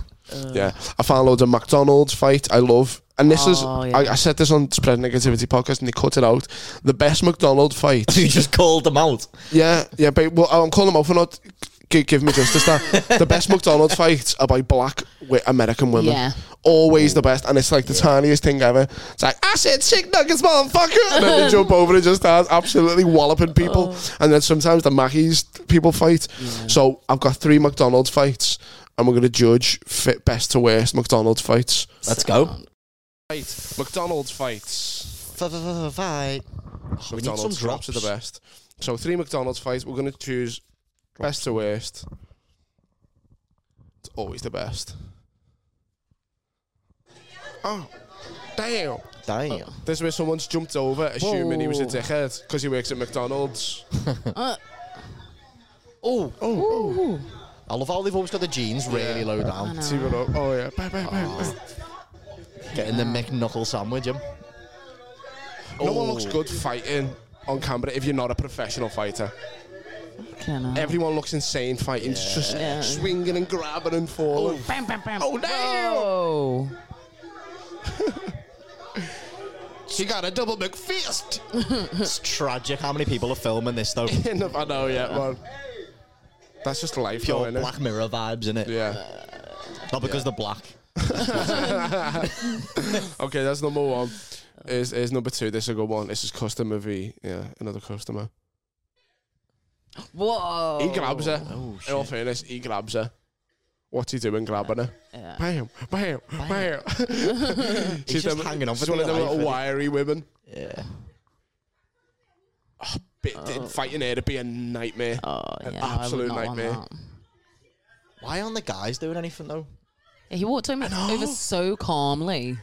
A: yeah, I found loads of McDonald's fight. I love, and this is
C: Oh, yeah.
A: I, I said this on Spread Negativity podcast, and they cut it out. The best McDonald's fight.
B: You just called them out.
A: Yeah, yeah, but well, I'm calling them out for not g- give me justice. That the best McDonald's fights are by black wi- American women.
C: Yeah.
A: Always the best, and it's like the tiniest thing ever. It's like I said, chick nuggets, motherfucker, and then they jump over and just start absolutely walloping people.
C: Oh,
A: And then sometimes the Mackey's people fight. So I've got three McDonald's fights, and we're gonna judge fit best to worst McDonald's fights.
B: Let's go.
A: Fight McDonald's fights.
B: Fight.
A: Oh,
B: We need some
A: McDonald's drops
B: drops
A: are the best. So three McDonald's fights. We're gonna choose best to worst. It's always the best. Oh, damn!
B: Damn.
A: This is where someone's jumped over, assuming he was a
C: Whoa.
A: dickhead because he works at McDonald's.
C: Uh,
B: Oh,
A: Oh,
C: ooh.
B: I love how they've always got the jeans really low
C: I
B: down.
A: oh.
C: know.
A: See what up? Oh yeah, bang, bang, bang, bang.
B: Getting the McKnuckle sandwich. Him.
A: No one looks good fighting on camera if you're not a professional fighter.
C: Fucking hell.
A: Everyone looks insane fighting, just
C: Yeah.
A: swinging and grabbing and falling.
C: Bam, bam, bam.
A: Oh, damn.
C: Whoa.
A: She got a double McFist.
B: It's tragic how many people are filming this though.
A: in the I know, yeah, man. That's just life, though,
B: Pure
A: innit?
B: Black Mirror vibes in it.
A: Yeah.
B: Not because they're black.
A: Okay, that's number one. Is is number two? This is a good one. This is customer V. Yeah, another customer.
C: Whoa.
A: He grabs her.
B: Oh
A: In all fairness, he grabs her. What's he doing, grabbing her?
C: Yeah.
A: Bam, bam, bam.
B: He's just hanging on for
A: She's one
B: dear
A: of them
B: life,
A: little
B: isn't he?
A: wiry women.
B: Yeah.
A: Bit,
B: Oh.
A: Fighting her would be a nightmare.
C: Oh yeah.
A: An
C: no, I would
A: absolute
C: not want
A: nightmare.
C: that.
B: Why aren't the guys doing anything though?
C: Yeah, he walked over, over so calmly.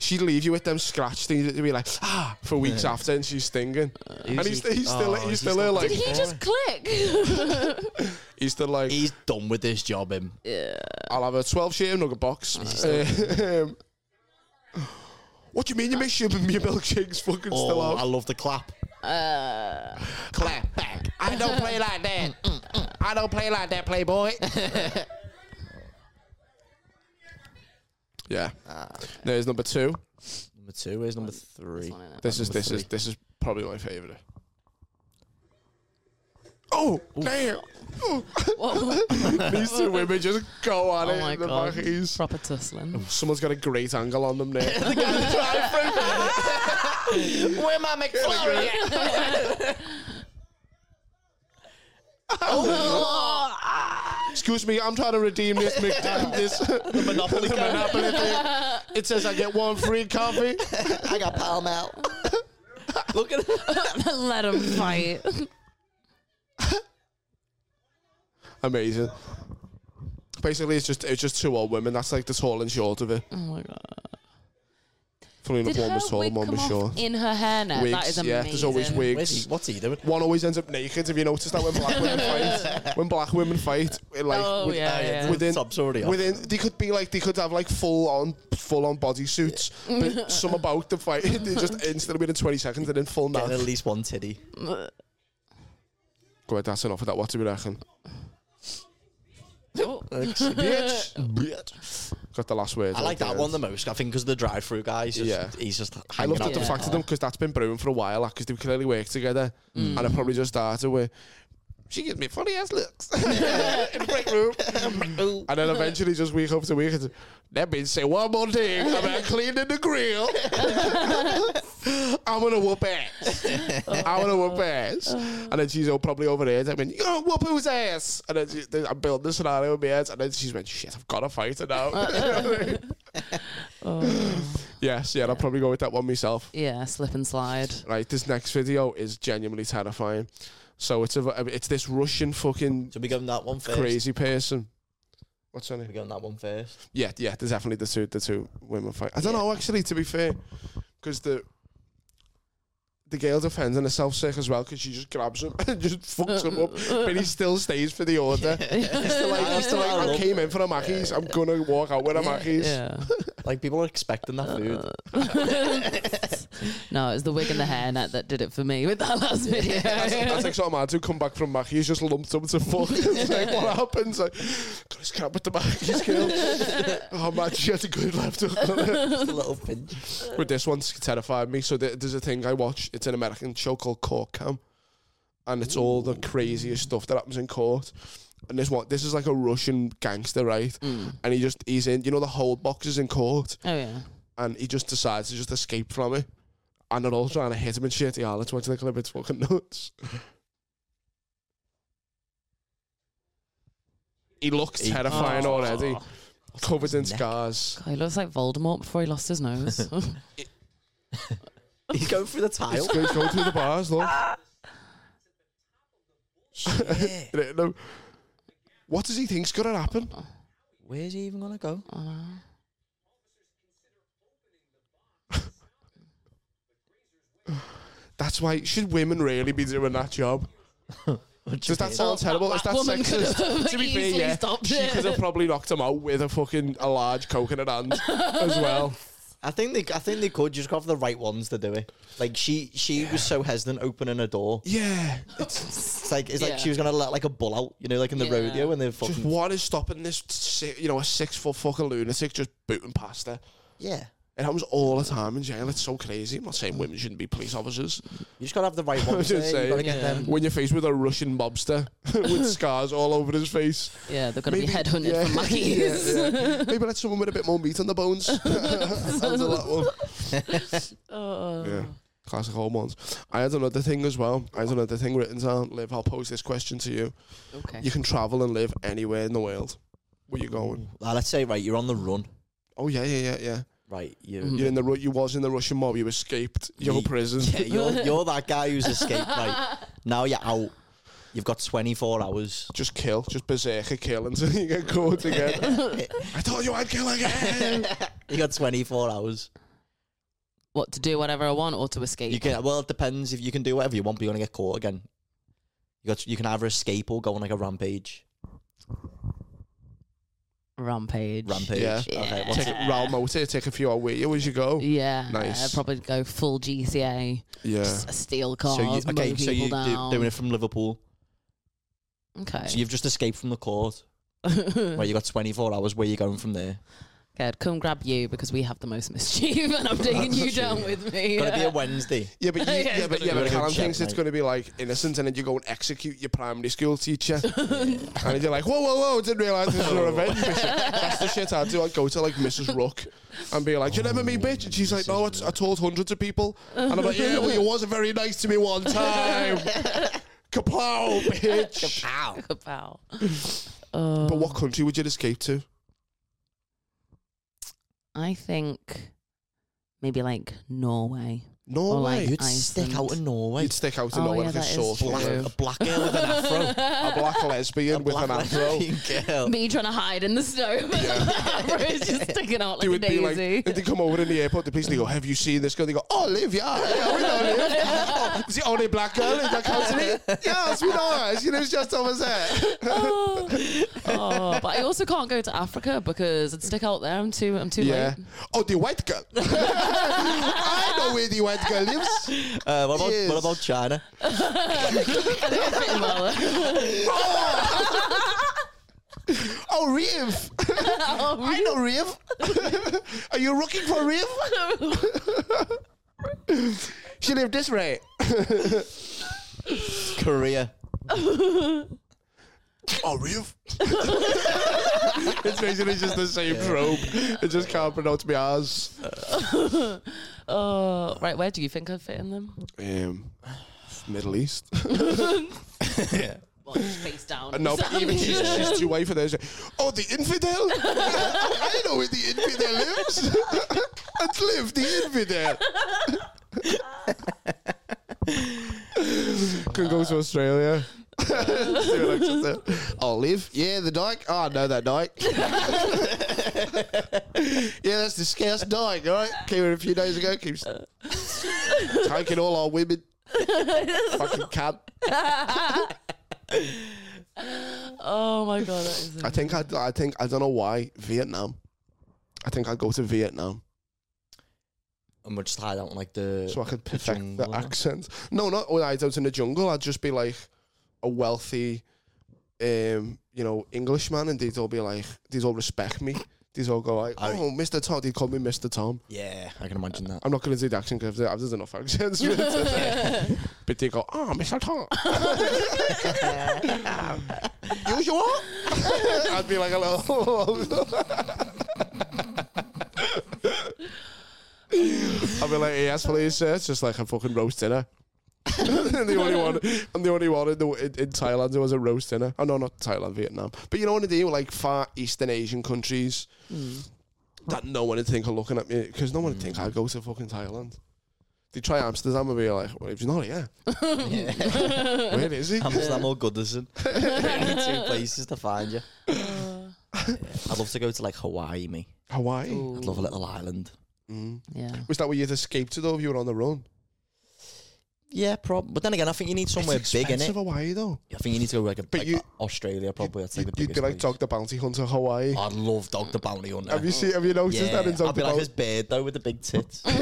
A: She'd leave you with them scratched and you'd be like, ah, for weeks after, and she's stinging. and he's,
B: he-
A: he's still,
B: oh,
A: he's
B: Uh, he's
A: still,
B: still-
A: there, like,
C: Did he just click?
A: he's still like,
B: He's done with this job. Him.
A: I'll have a 12 share nugget box. Um, what do you mean you make sure your milkshake's fucking still
B: Oh, I
A: out?
B: love the clap.
D: clap back. I don't play like that. I don't play like that, Playboy.
A: Yeah.
B: Ah.
A: There's number two.
B: Number two is number three.
A: This is this is this is probably my favourite. oh, damn.
C: Whoa.
A: These two women just go on
C: Oh
A: it
C: my
A: in the
C: god.
A: buggies.
C: Proper tussling.
A: Someone's got a great angle on them now.
B: Where my McFlurry
A: Excuse me, I'm trying to redeem this McDonald's. this
B: Monopoly card.
A: Monopoly thing. It says I get one free coffee.
B: I got Pall Mall. Look at
C: Let them fight.
A: Amazing. Basically, it's just it's just two old women. That's like the tall and short of it.
C: Oh my god.
A: Funny
C: Did
A: enough, one
C: her
A: was tall,
C: wig
A: and one
C: come
A: was
C: off
A: short.
C: in her hair net? that
A: Wigs,
C: is amazing.
A: yeah. There's always
B: Where's he?
A: wigs.
B: What's he doing?
A: One always ends up naked. Have you noticed that when black women fight? When black women fight, it, like
C: Oh,
A: with-
C: yeah, yeah.
A: within
B: Top's already off.
A: within they could be like they could have like full on full on body suits, but some about the fight they just instantly within 20 seconds they're in full
B: Getting at
A: now.
B: least one titty.
A: Go ahead, that's enough of that. What do we reckon?
C: Oh.
A: Bitch. Got the last word.
B: I like that
A: okay.
B: one the most. I think because the drive-through guy, he's just,
A: Yeah.
B: he's just
A: I
B: hanging
A: looked
B: out
A: at the
B: there.
A: fact of them because that's been brewing for a while because they clearly work together, and I probably just started with. She gives me funny ass looks in the break room, and then eventually just week after week. It's, that bitch say one more thing about cleaning the grill. I'm gonna whoop ass. I'm gonna whoop ass, and then she's all probably over there. I mean, you gonna whoop whose ass? And then she, then I built this scenario in my head, and then she's went, "Shit, I've got to fight her now." yes, yeah, I'll probably go with that one myself.
C: Oh. Yeah, slip and slide.
A: Right, this next video is genuinely terrifying. So it's a it's this Russian fucking
B: Should we go on that one first?
A: crazy person. What's her
B: We
A: name?
B: go on that one first.
A: Yeah, yeah. There's definitely the two the two women fight. I don't know actually. To be fair, because the the girl defending herself sick as well because she just grabs him and just fucks him up, but he still stays for the order. He's still like, he's still
B: I
A: like I
B: love
A: came in for a Mackey's. I'm gonna walk out with a Mackey's.
C: Yeah.
B: Like people are expecting that food.
C: No, it was the wig and the hair net that did it for me with that last video.
A: That's, that's like some lads who come back from Mackey's just lumped up to fuck. It's like, what happens? Like, got his crap with the Mackey's girl. oh man, she has a good left hook.
B: Just a little pinch.
A: but this one's terrified me. So there, there's a thing I watch. It's an American show called Court Cam, and it's all the craziest stuff that happens in court. And this one, this is like a Russian gangster, right? And he just he's in, you know, the hold boxes in court
C: Mm. oh yeah.
A: and he just decides to just escape from it. And they're all trying to hit him and shit. Yeah, let's watch the clip. It's fucking nuts. He looks
B: He-
A: terrifying
B: Oh.
A: already. Covered in
B: Neck.
A: scars.
C: God, he looks like Voldemort before he lost his nose.
B: He's going through the tile.
A: He's going, going through the bars, look.
B: Shit.
A: You know, What does he think's gonna happen?
B: Where's he even gonna go?
A: That's why should women really be doing that job? Does that sound terrible? Is that
C: woman could
A: sexist?
C: have
A: To be fair,
C: easily
A: yeah,
C: stopped
A: she
C: it.
A: could have probably knocked him out with a fucking a large coconut hand as well.
B: I think they, I think they could just go for the right ones to do it. Like she, she was so hesitant opening a door.
A: Yeah,
B: It's like it's
C: Yeah.
B: like she was gonna let like a bull out, you know, like in the
C: Yeah.
B: rodeo when they're
A: Just
B: fucking.
A: what is stopping this? si- You know, a six foot fucking lunatic just booting past her.
B: Yeah,
A: It happens all the time in jail. It's so crazy. I'm not saying women shouldn't be police officers.
B: you just gotta have the right
A: I'm
B: ones. there.
A: just
B: You gotta
A: saying,
B: get them.
A: when you're faced with a Russian mobster with scars all over his face,
C: yeah, they're gonna be headhunted
A: yeah,
C: from Mackey's.
A: yeah, yeah. Maybe let someone with a bit more meat on the bones handle that one.
C: Oh.
A: Yeah. Classic home ones. I had another thing as well. I had another thing written down. Liv, I'll pose this question to you.
C: Okay.
A: You can travel and live anywhere in the world. Where you going?
B: Ah, let's say right, you're on the run.
A: Oh yeah, yeah, yeah, yeah.
B: Right, you.
A: You're in the Ru- you was in the Russian mob. You escaped your
B: Ye-
A: prison.
B: Yeah, you're, you're that guy who's escaped. Right now, you're out. You've got 24 hours.
A: Just kill, just berserker kill until you get caught again. I told you I'd kill again.
B: You got 24 hours.
C: What to do, whatever I want, or to escape.
B: You can. Well, it depends if you can do whatever you want, but you're gonna get caught again. You got. You can either escape or go on like a rampage.
C: Rampage.
B: Rampage.
A: Yeah.
B: Okay. What's
A: take
B: it?
A: it round motor, take a few out with you as you go.
C: Oh, Yeah.
A: Nice.
C: I'd probably go full GCA.
A: Yeah.
C: Just steal cars,
B: So you, okay,
C: mow
B: so
C: people
B: you do,
C: down.
B: doing it from Liverpool.
C: okay.
B: So you've just escaped from the court. right, you got 24 hours. Where are you going from there?
C: scared. Come grab you because we have the most mischief, and I'm taking you down with me.
B: Gotta be a Wednesday.
A: Yeah, but you,
C: Yeah,
A: yeah,
C: it's
A: but
C: gonna
A: yeah,
B: be
A: but
B: like
A: Callum
B: a
A: thinks it's
B: checkmate.
A: going to be like innocent, and then you go and execute your primary school teacher, and you're like, whoa, whoa, whoa! Didn't realise this was a revenge mission. That's the shit I do. I go to like Mrs. Rook and be like, "Do you remember me, bitch?" And she's like, "No, it's, I told hundreds of people," and I'm like, "Yeah, well, you wasn't very nice to me one time." Kapow, bitch!
B: Ow.
C: Kapow.
A: But
C: Um,
A: what country would you escape to?
C: I think maybe like Norway.
A: Norway.
C: like-
A: you'd,
B: You'd stick out in Norway.
A: stick out in
C: Oh,
A: Norway
C: yeah,
A: like a
C: that is
A: sore
C: true.
A: thumb.
B: Black, a black girl with an afro.
A: A black lesbian with an afro.
B: afro. girl.
C: Me trying to hide in the snow, it's just sticking out
A: They
C: like a
A: would be like,
C: daisy.
A: if they come over in the airport, the police they go, "Have you seen this girl?" They go, "Oh, Liv, yeah, yeah we know Liv. Oh, is the only black girl in the country? Yes, we know her. She lives just over there."
C: oh, Oh, but I also can't go to Africa because I'd stick out there. I'm too. I'm too
A: Yeah.
C: late.
A: Oh, the white girl. I know where the white girl lives.
B: Uh, what, about,
A: Yes.
B: what about China?
C: Pretty well.
A: Oh, Riv. I know Riv. Are you looking for Riv? she lived this way.
B: Korea.
A: Oh, Riv. it's basically just the same trope. It just can't pronounce me as.
C: Oh, right. Where do you think I'd fit in them?
A: Um, Middle East.
B: yeah.
C: Well, just face down.
A: Uh, no, but Uh, even she's, she's too white for that. She's, Oh, the infidel! I know where the infidel lives. Let's live the infidel. Can go to Australia. I'll live. Yeah, the dyke. Oh, I know that dyke. yeah, that's the scouse dyke, all right? Came here a few days ago. Keeps taking all our women. Fucking cunt.
C: Oh my god, that is.
A: I think I'd, I think I don't know why Vietnam. I think I'd go to Vietnam
B: And we'll just hide out in like the.
A: so I could
B: the
A: perfect the
B: jungle.
A: accent. No, not when I was out in the jungle. I'd just be like a wealthy, um, you know, Englishman, and they'd all be like, they'd all respect me. They'd all go like,
B: I-
A: "Oh, Mr. Tom." They'd call me Mr. Tom.
B: Yeah, I can imagine that.
A: I'm not going to do the accent because I've done enough accents. with it. but they go, "Ah, Mr. Tom." Usual. I'd be like a little. I'd be like, yes, please, sir. It's just like a fucking roast dinner. I'm the only one. I'm the only one in, the, in, in Thailand who has a roast dinner. Oh no, not Thailand, Vietnam. But you know what I do? Like far Eastern Asian countries that no one would think are looking at me because no one would
B: Mm.
A: think I go to fucking Thailand. They try Amsterdam and be like, well, he's not here. Where is he?
B: Amsterdam or Goodison. Two places to find you. I'd love to go to like Hawaii, me.
A: Hawaii.
B: I'd love a little island.
C: Yeah.
A: Was that where you'd escaped to though? If you were on the run.
B: Yeah, prob. But then again, I think you need somewhere
A: It's
B: big
A: expensive,
B: innit?
A: Hawaii though.
B: I think you need to go like, a,
A: But
B: like
A: you-
B: Australia probably. That's like
A: you'd,
B: the
A: you'd be
B: biggest
A: like
B: place.
A: Dog the Bounty Hunter Hawaii.
B: I'd love Dog the Bounty Hunter.
A: Have you seen? Have you noticed
B: yeah,
A: that in Dog
B: I'd be
A: the
B: like his
A: Bounty?
B: beard though with the big tits.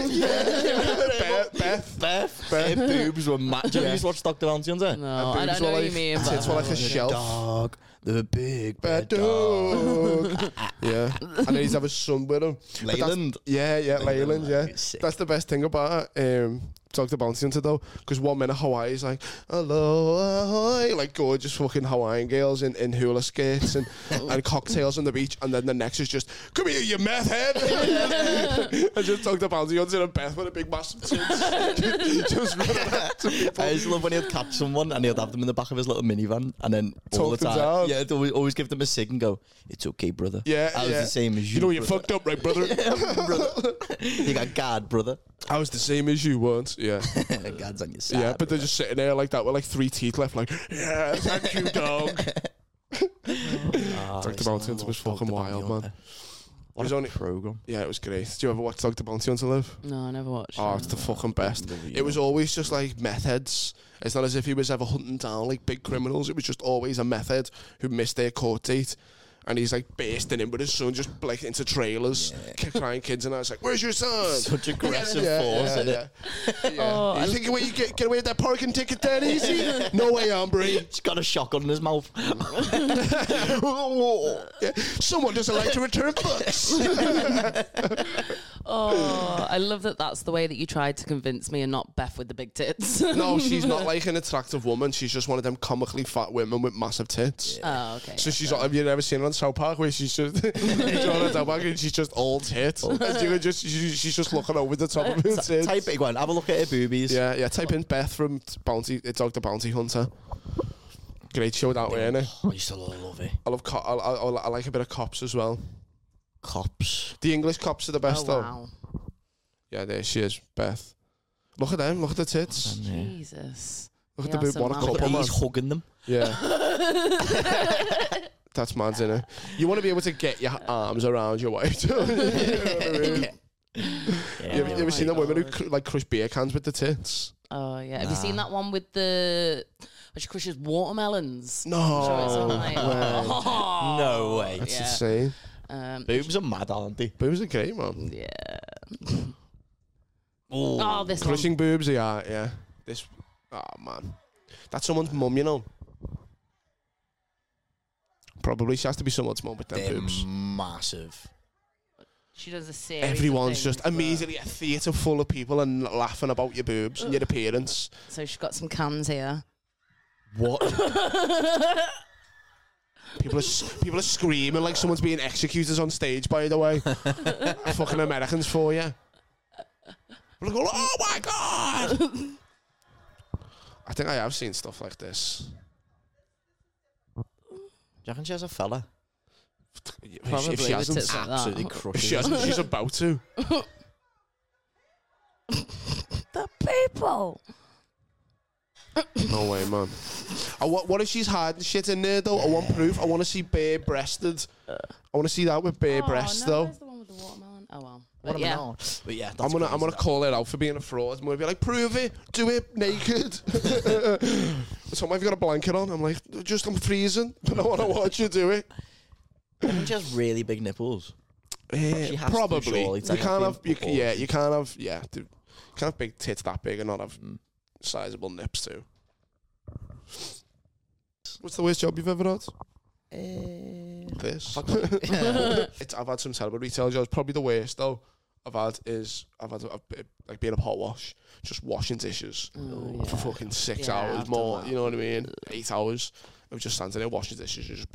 A: Beth, Beth,
B: Beth, her boobs were mad. Do you ever used to watch Dog the Bounty Hunter?
C: No, I
A: boobs
C: don't know
A: were
C: what
A: like-
C: you mean. but-
A: tits were like a shelf.
B: Dog, the big
A: Bad
B: bad dog.
A: dog. yeah, and then he's have a son with him. But that's-
B: Leyland.
A: Yeah, yeah, Leyland.
B: Leyland,
A: yeah,
B: that'd be sick.
A: that's the best thing about it. Um, Talk to Bounty Hunter though, because one minute Hawaii is like, hello, ahoy, like gorgeous fucking Hawaiian girls in, in hula skirts and, and cocktails on the beach, and then the next is just, come here, you meth head. I just talked to Bounty Hunter and Beth with a big massive tits. just running out to people.
B: I used to love when he'd catch someone and he'd have them in the back of his little minivan and then all
A: Talk
B: the
A: them
B: time,
A: down.
B: yeah, he'd always, always give them a sig and go, "It's okay, brother."
A: Yeah,
B: I was
A: yeah.
B: the same as you.
A: You know, you
B: brother.
A: fucked up, right, brother?
B: brother. you got God, brother.
A: I was the same as you once. Yeah.
B: God's on your side.
A: yeah, but they're just sitting there like that with like three teeth left, like, yeah, thank you, dog.
B: oh,
A: Dr. Bounty Hunter was fucking wild, man.
B: What
A: He's
B: a
A: only-
B: program.
A: Yeah, it was great. Do you ever watch Dr. Bounty Hunter Live?
C: No, I never watched.
A: Oh,
C: it.
A: it's the fucking best.
B: Unbelievable.
A: It was always just like meth heads. It's not as if he was ever hunting down like big criminals. It was just always a meth head who missed their court date. and he's like bursting in with his son, just like into trailers, ki- crying kids, and I was like, "Where's your son?"
B: Such aggressive
A: Yeah,
B: force
A: yeah,
B: in it.
A: yeah. yeah.
C: Oh,
A: you think where you get, get away with that parking ticket that easy? no way, hombre.
B: He's got a shotgun in his mouth.
A: Yeah. Someone doesn't like to return books.
C: Oh, I love that. That's the way that you tried to convince me, and not Beth with the big tits.
A: no, she's not like an attractive woman. She's just one of them comically fat women with massive tits.
C: oh, okay.
A: So she's like, have you ever seen her on South Park where she's just, Joanna Dabak, and she's just all tits. And you can just, she- she's just looking over the top of her tits.
B: Type it, go on, have a look at her boobies.
A: Yeah, yeah. Type in Beth from Bounty. It's like the Bounty Hunter. Great show that way, innit?
B: I used to love it.
A: I love. Co- I, I, I li- I like a bit of cops as well.
B: Cops.
A: The English cops are the best
C: oh,
A: though.
C: wow.
A: Yeah, there she is, Beth. Look at them. Look at the tits.
C: Jesus.
A: Look at the
C: They are
A: big
C: so
A: one
C: massive.
A: couple,
B: He's
A: man.
B: hugging them.
A: Yeah. That's mad, innit? You want to be able to get your arms around your wife. too. you
B: yeah.
A: you ever, you ever
C: my
A: seen the women who
C: God.
A: cr- like crush beer cans with the tits?
C: Oh yeah. Have you seen that one with the where she crushes watermelons? Sure, it's
A: No.
C: online. Oh,
B: No way.
A: That's
C: Yeah.
A: insane.
C: Um,
B: Boobs are mad, aren't they?
A: Boobs are great, man.
C: yeah.
B: Oh,
C: Oh, this one.
A: Crushing boobs, yeah, yeah. This, oh man, that's someone's mum, you know. Probably she has to be someone's mum with them
B: they're
A: boobs.
B: massive.
C: She does a series. of
A: Everyone's
C: things
A: just
C: where-
A: immediately a theatre full of people and laughing about your boobs and your appearance.
C: So she's got some cans here.
B: What?
A: People are s- people are screaming like someone's being executed on stage. By the way, fucking Americans for you. People go, oh my god! I think I have seen stuff like this.
B: Jack and she has a fella.
A: If, if she
C: with
A: hasn't,
C: tits like that.
B: Absolutely
A: if
B: crushes.
A: she hasn't, she's about to.
C: The people.
A: No way, man. I want, what if she's hiding shit in there though? I want proof. I want to see bare breasted. I want to see that with bare breasts though.
C: Oh, the one with the watermelon? Oh well.
B: What
C: But
B: am I
C: yeah.
B: on? But yeah, that's
A: I'm gonna I'm
B: crazy,
A: gonna call her out for being a fraud. I'm gonna be like, prove it, do it naked. so I've got a blanket on. I'm like, just I'm freezing, but I want to watch you do it.
B: that. Jack and she has really big nipples.
A: Eh,
B: She has to,
A: probably
B: surely,
A: you can't have you,
B: technically,
A: yeah you can't have yeah dude, you can't have big tits that big and not have sizable nips too. What's the worst job you've ever had?
B: Eh.
A: this. it's, I've had some terrible retail jobs. Probably the worst though I've had is I've had I've, been- like being a pot wash, just washing dishes
B: Oh,
A: for fucking six
C: Yeah, I've
A: hours
C: done
A: more.
C: that.
A: You know what I mean? Eight hours. I was just standing there washing dishes. And just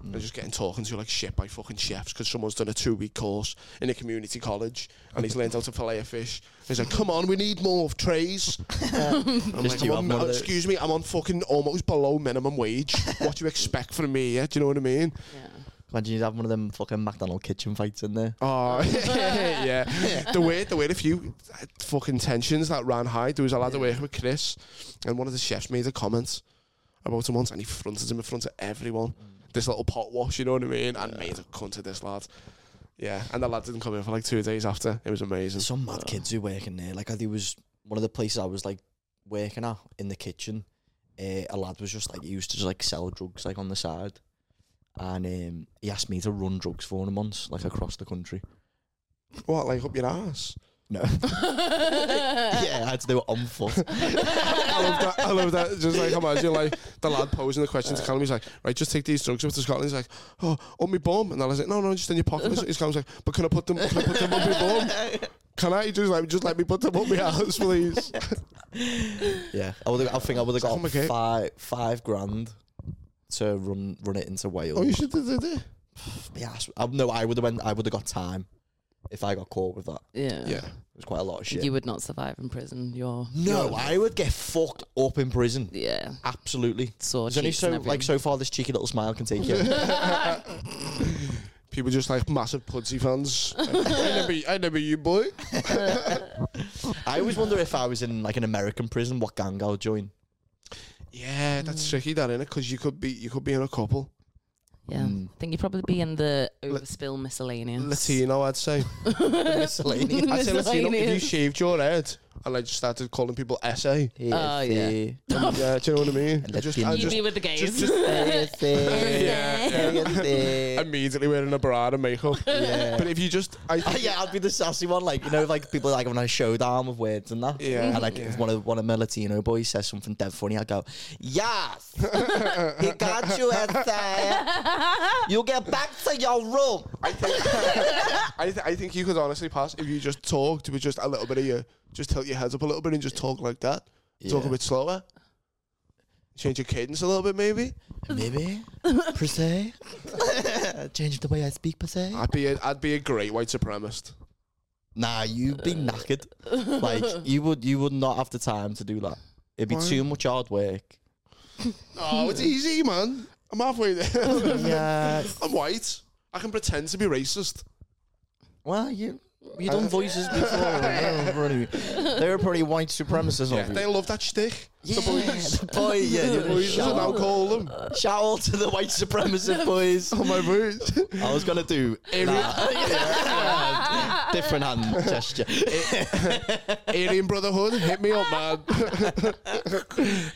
B: Mm.
A: and just getting talking to like shit by fucking chefs because someone's done a two week course in a community college and he's learned how to fillet a fish. He's like, "Come on, we need more of trays." I'm
B: Just
A: like,
B: you
A: "I'm on-
B: have one of those.
A: excuse me, I'm on fucking almost below minimum wage. what do you expect from me? Yeah, do you know what I mean?
C: Yeah.
B: Imagine you'd have one of them fucking McDonald kitchen fights in there.
A: Oh yeah. the way the way a few uh, fucking tensions that ran high. There was a lad away with Chris, and one of the chefs made a comment about him once, and he fronted him in front of everyone. This little pot wash, you know what I mean, and made a cunt of this lad. Yeah, and the lad didn't come in for like two days after. It was amazing.
B: Some mad kids who work in there. Like I think it was one of the places I was like working at in the kitchen. Uh, a lad was just like he used to just, like sell drugs like on the side, and um, he asked me to run drugs for him once, like across the country.
A: What, like up your ass?
B: No. yeah, I had to do it on foot.
A: I love that. I love that. Just like imagine, like the lad posing the question to Callum. He's like, right, just take these drugs up to Scotland. He's like, oh, on me bum. And I was like, no, no, just in your pocket. He's- He's Callum's like, but can I put them? Can I put them on my bum? Can I just like just let me put them on my house, please?
B: Yeah, I would. I think I would have got
A: Complicate.
B: five five grand to run run it into Wales.
A: oh, you should do that.
B: Yeah, I s- I- no, I would have went. I would have got time if I got caught with that.
C: Yeah.
A: Yeah.
B: It was quite a lot of shit.
C: You would not survive in prison. You're
B: no, I would get fucked up in prison.
C: yeah.
B: Absolutely.
C: Sore
B: There's only
C: cheeks and
B: so like
C: everything.
B: so far this cheeky little smile can take you.
A: People just like massive pudsy fans. I never, I never you boy.
B: I always wonder if I was in like an American prison, what gang I'll join.
A: Yeah, that's tricky, that innit? Because you could be, you could be in a couple.
C: Yeah.
A: Hmm.
C: I think you'd probably be in the overspill miscellaneous.
A: Latino, I'd say.
B: Miscellaneous.
A: I'd say Latino. If you
C: Miscellaneous.
A: shaved your head and I just started calling people essay.
C: Oh, yeah.
A: yeah, do you know what I mean? I just, I
B: You'd
C: You
A: just
C: be with the gays.
A: just- just- immediately wearing a bra and makeup.
B: Yeah.
A: But if you just, I think,
B: yeah, I'd be the sassy one, like you know, like people like when I showdown with words and that.
A: Yeah.
B: and like if one of one of my Latino boys says something dead funny, I go, "Yes, he got you, essay. You get back to your room."
A: I think, I, th- I think you could honestly pass if you just talked with just a little bit of your, just tilt your heads up a little bit and just talk like that. Talk a
B: Yeah.
A: bit slower. Change your cadence a little bit, maybe.
B: Maybe per se, change the way I speak per se.
A: I'd be, a, I'd be a great white supremacist.
B: Nah, you'd be knackered. Like you would, you would not have the time to do that. It'd be too much hard work.
A: Oh, it's easy, man. I'm halfway there.
B: Yeah.
A: I'm white. I can pretend to be racist.
B: Well, you you done voices before. they were pretty- they were pretty white supremacists.
A: Yeah,
B: Yeah,
A: they love that shtick.
B: yeah, the boys. Yeah,
A: The boys
B: shout,
A: now
B: out,
A: call them.
B: shout out to the white supremacist boys.
A: Oh my boots.
B: I was gonna do nah. Yeah. different hand gesture.
A: Alien Brotherhood, hit me up, man.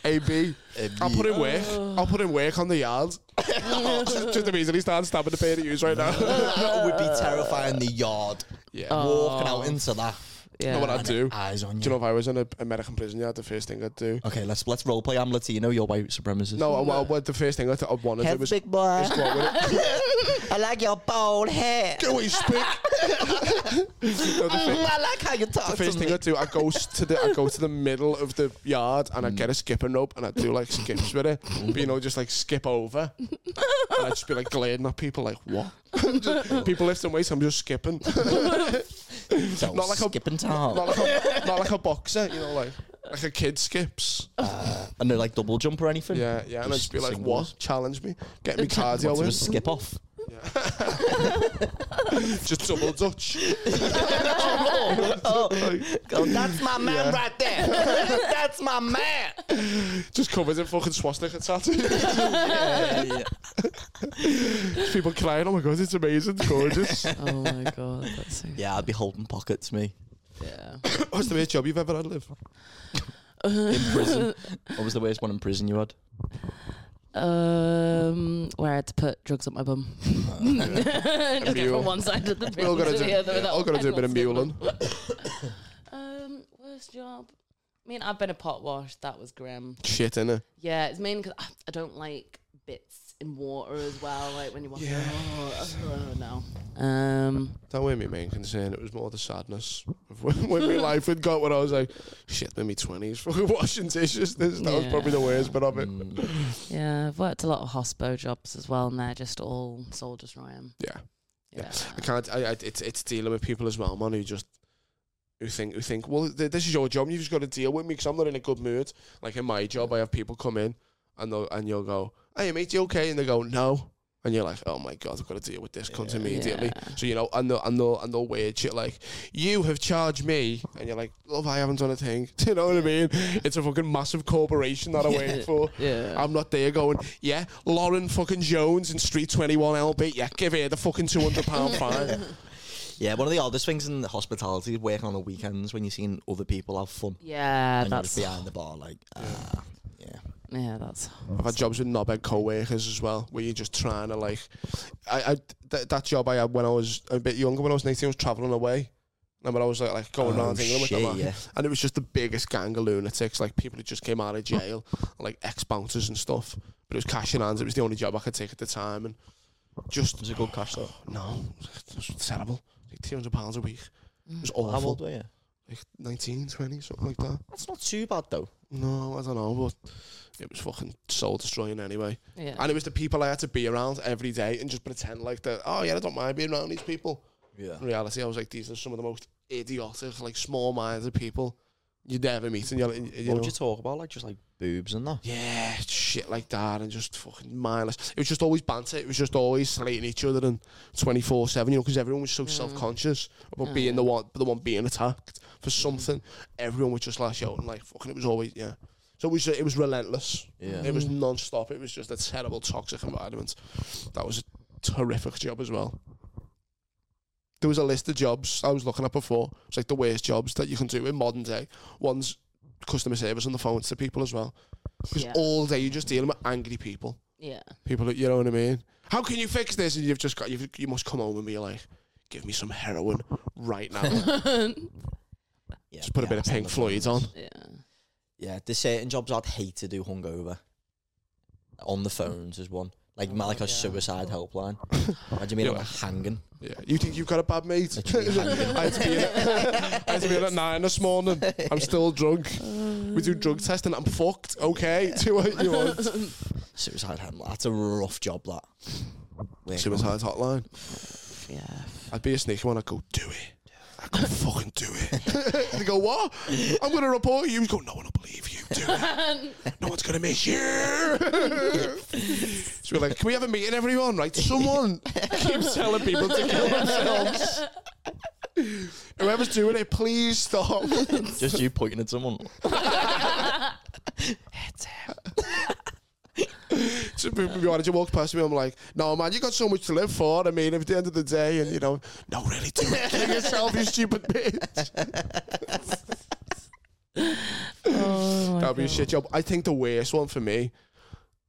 A: AB. I'll put in work. I'll put in work on the yard. Just immediately start stabbing the pair of yous right now.
B: that would be terrifying. The yard
A: Yeah.
B: walking out into that.
A: You know what I'd do?
B: Eyes on you.
A: Oh. Do you know if I was in an American prison yard, the first thing I'd do?
B: Okay, let's let's role play. I'm Latino. You're white supremacist.
A: No, I, I, the first thing I'd, I'd want to do was
B: big boy.
A: go out with it.
B: I like your bald hair.
A: Get away, spick. No, the fir-
B: I like how you talk.
A: the first thing I do, I go s- to the I go to the middle of the yard and I get a skipping rope and I do like skips with it, but, you know, just like skip over. and I just be like glaring at people, like what? Just- people lifting weights, I'm just skipping,
B: So
A: Not like a-
B: skipping town.
A: not like a, not like a boxer, you know, like like a kid skips.
B: and they're like double jump or anything.
A: Yeah, yeah, and I just be like,
B: Singles.
A: what? Challenge me, get me
B: What,
A: cardio
B: to
A: in,
B: just skip off.
A: just double dutch.
B: Oh, that's my man right there. that's my man.
A: just covered in fucking swastika tattoos. Just people crying, oh my god, it's amazing, it's gorgeous.
C: Oh my god, that's so.
B: Yeah, I'd be holding pockets, me.
C: Yeah.
A: What's the best job you've ever had, Liv?
B: In prison. what was the worst one in prison you had?
C: Um, where I had to put drugs up my bum. Just get
A: mule.
C: from one side of the
A: We all
C: prison
A: gotta
C: to
A: do,
C: the other
A: yeah,
C: without
A: all gotta do a bit of
C: anyone
A: muling.
C: seeing. Um, worst job. I mean, I've been a pot wash. That was grim.
A: Shit, innit?
C: Yeah, it's mainly because I, I don't like bits in water as well. Like when you wash.
A: Yeah.
C: Oh, oh, no. Um.
A: That weren't my main concern. It was more the sadness of when, when my life had got when I was like, shit, in my 20s, fucking washing dishes. This, that was
C: Yeah. Mm.
A: probably the worst bit of it.
B: Mm,
C: Yeah, I've worked a lot of hospo jobs as well, and they're just all soul destroying.
A: Yeah.
C: Yeah.
A: I can't, I, I, it's, it's dealing with people as well, man, who just, who think, who think, well, th- this is your job, you've just got to deal with me because I'm not in a good mood. Like in my job, I have people come in and they'll, and you'll go, hey, mate, you okay? And they go, no. And you're like, oh my god, I've got to deal with this cunt immediately.
C: Yeah.
A: So you know, and they'll and they'll and they'll weird shit like, you have charged me, and you're like, love, I haven't done a thing. Do you know what I mean? It's a fucking massive corporation that I work for.
C: Yeah.
A: I'm not there going, yeah, Lauren fucking Jones in Street 21 LB. Yeah, give her the fucking 200 pound fine.
B: Yeah, one of the oddest things in hospitality is working on the weekends when you're seeing other people have fun.
C: Yeah,
B: and you're just
C: that's
B: behind the bar, like, ah, yeah.
C: yeah, that's
A: I've had jobs with knobhead co-workers as well, where you're just trying to like, I, I th- that job I had when I was a bit younger, when I was 19, I was traveling away. And when I was like, like going
B: Oh,
A: around England with them,
B: shit,
A: like,
B: yeah.
A: and it was just the biggest gang of lunatics, like people who just came out of jail, like ex bouncers and stuff. But it was cash in hands. It was the only job I could take at the time, and just
B: Was it good cash though?
A: no, it was terrible. Like two hundred pounds a week.
C: mm.
A: It was
B: How
A: awful.
B: old were you?
A: Like 19, 20, something like that.
B: That's not too bad though.
A: No, I don't know, but it was fucking soul destroying anyway.
C: yeah.
A: And it was the people I had to be around every day and just pretend like that. Oh yeah, I don't mind being around these people.
B: Yeah.
A: In reality, I was like, these are some of the most idiotic, like small-minded people you'd ever meet. And you're, like, you
B: What
A: know,
B: would you talk about? Like just like boobs and that.
A: yeah, shit like that, and just fucking mindless. It was just always banter. It was just always slating each other and twenty four seven. You know, because everyone was so self conscious about being the one, the one being attacked for something. Everyone would just lash out and like fucking. It was always yeah. So it was it was relentless.
B: Yeah.
A: It was non stop. It was just a terrible toxic environment. That was a terrific job as well. there was a list of jobs I was looking at before. It's like the worst jobs that you can do in modern day. One's customer service on the phones to people as well. Because
C: Yeah.
A: all day you're just dealing with angry people.
C: Yeah.
A: People, that- you know what I mean? How can you fix this? And you've just got, you've, you must come home and be like, give me some heroin right now.
B: Yeah,
A: just put a
B: yeah,
A: bit of
B: stand
A: Pink
B: up.
A: Floyd on.
C: Yeah.
B: Yeah, there's certain jobs I'd hate to do hungover. On the phones is one. Like Malika's suicide helpline. Imagine being
A: Yeah.
B: on a hanging.
A: Yeah, you think you've got a bad mate?
B: Literally hanging.
A: I had to be in at, I had to be in at nine this morning. I'm still drunk. We do drug testing. I'm fucked. Okay, do what you want.
B: Suicide helpline. That's a rough job, that. Wait,
A: Suicide hotline.
C: Yeah.
A: I'd be a sneaky one. I'd go, do it. I go, fucking do it. they go, what? I'm going to report you. You go, no one will believe you. Do it. No one's going to miss you. so we're like, can we have a meeting, everyone? Right? Someone keeps telling people to kill themselves. Whoever's doing it, please stop.
B: Just you pointing at someone.
A: So people be honest, you walk past me, I'm like, no, man, you got so much to live for. I mean, at the end of the day, and you know, no, really, do it. Kill yourself, you stupid bitch.
C: Oh my
A: That'd be a shit job. I think the worst one for me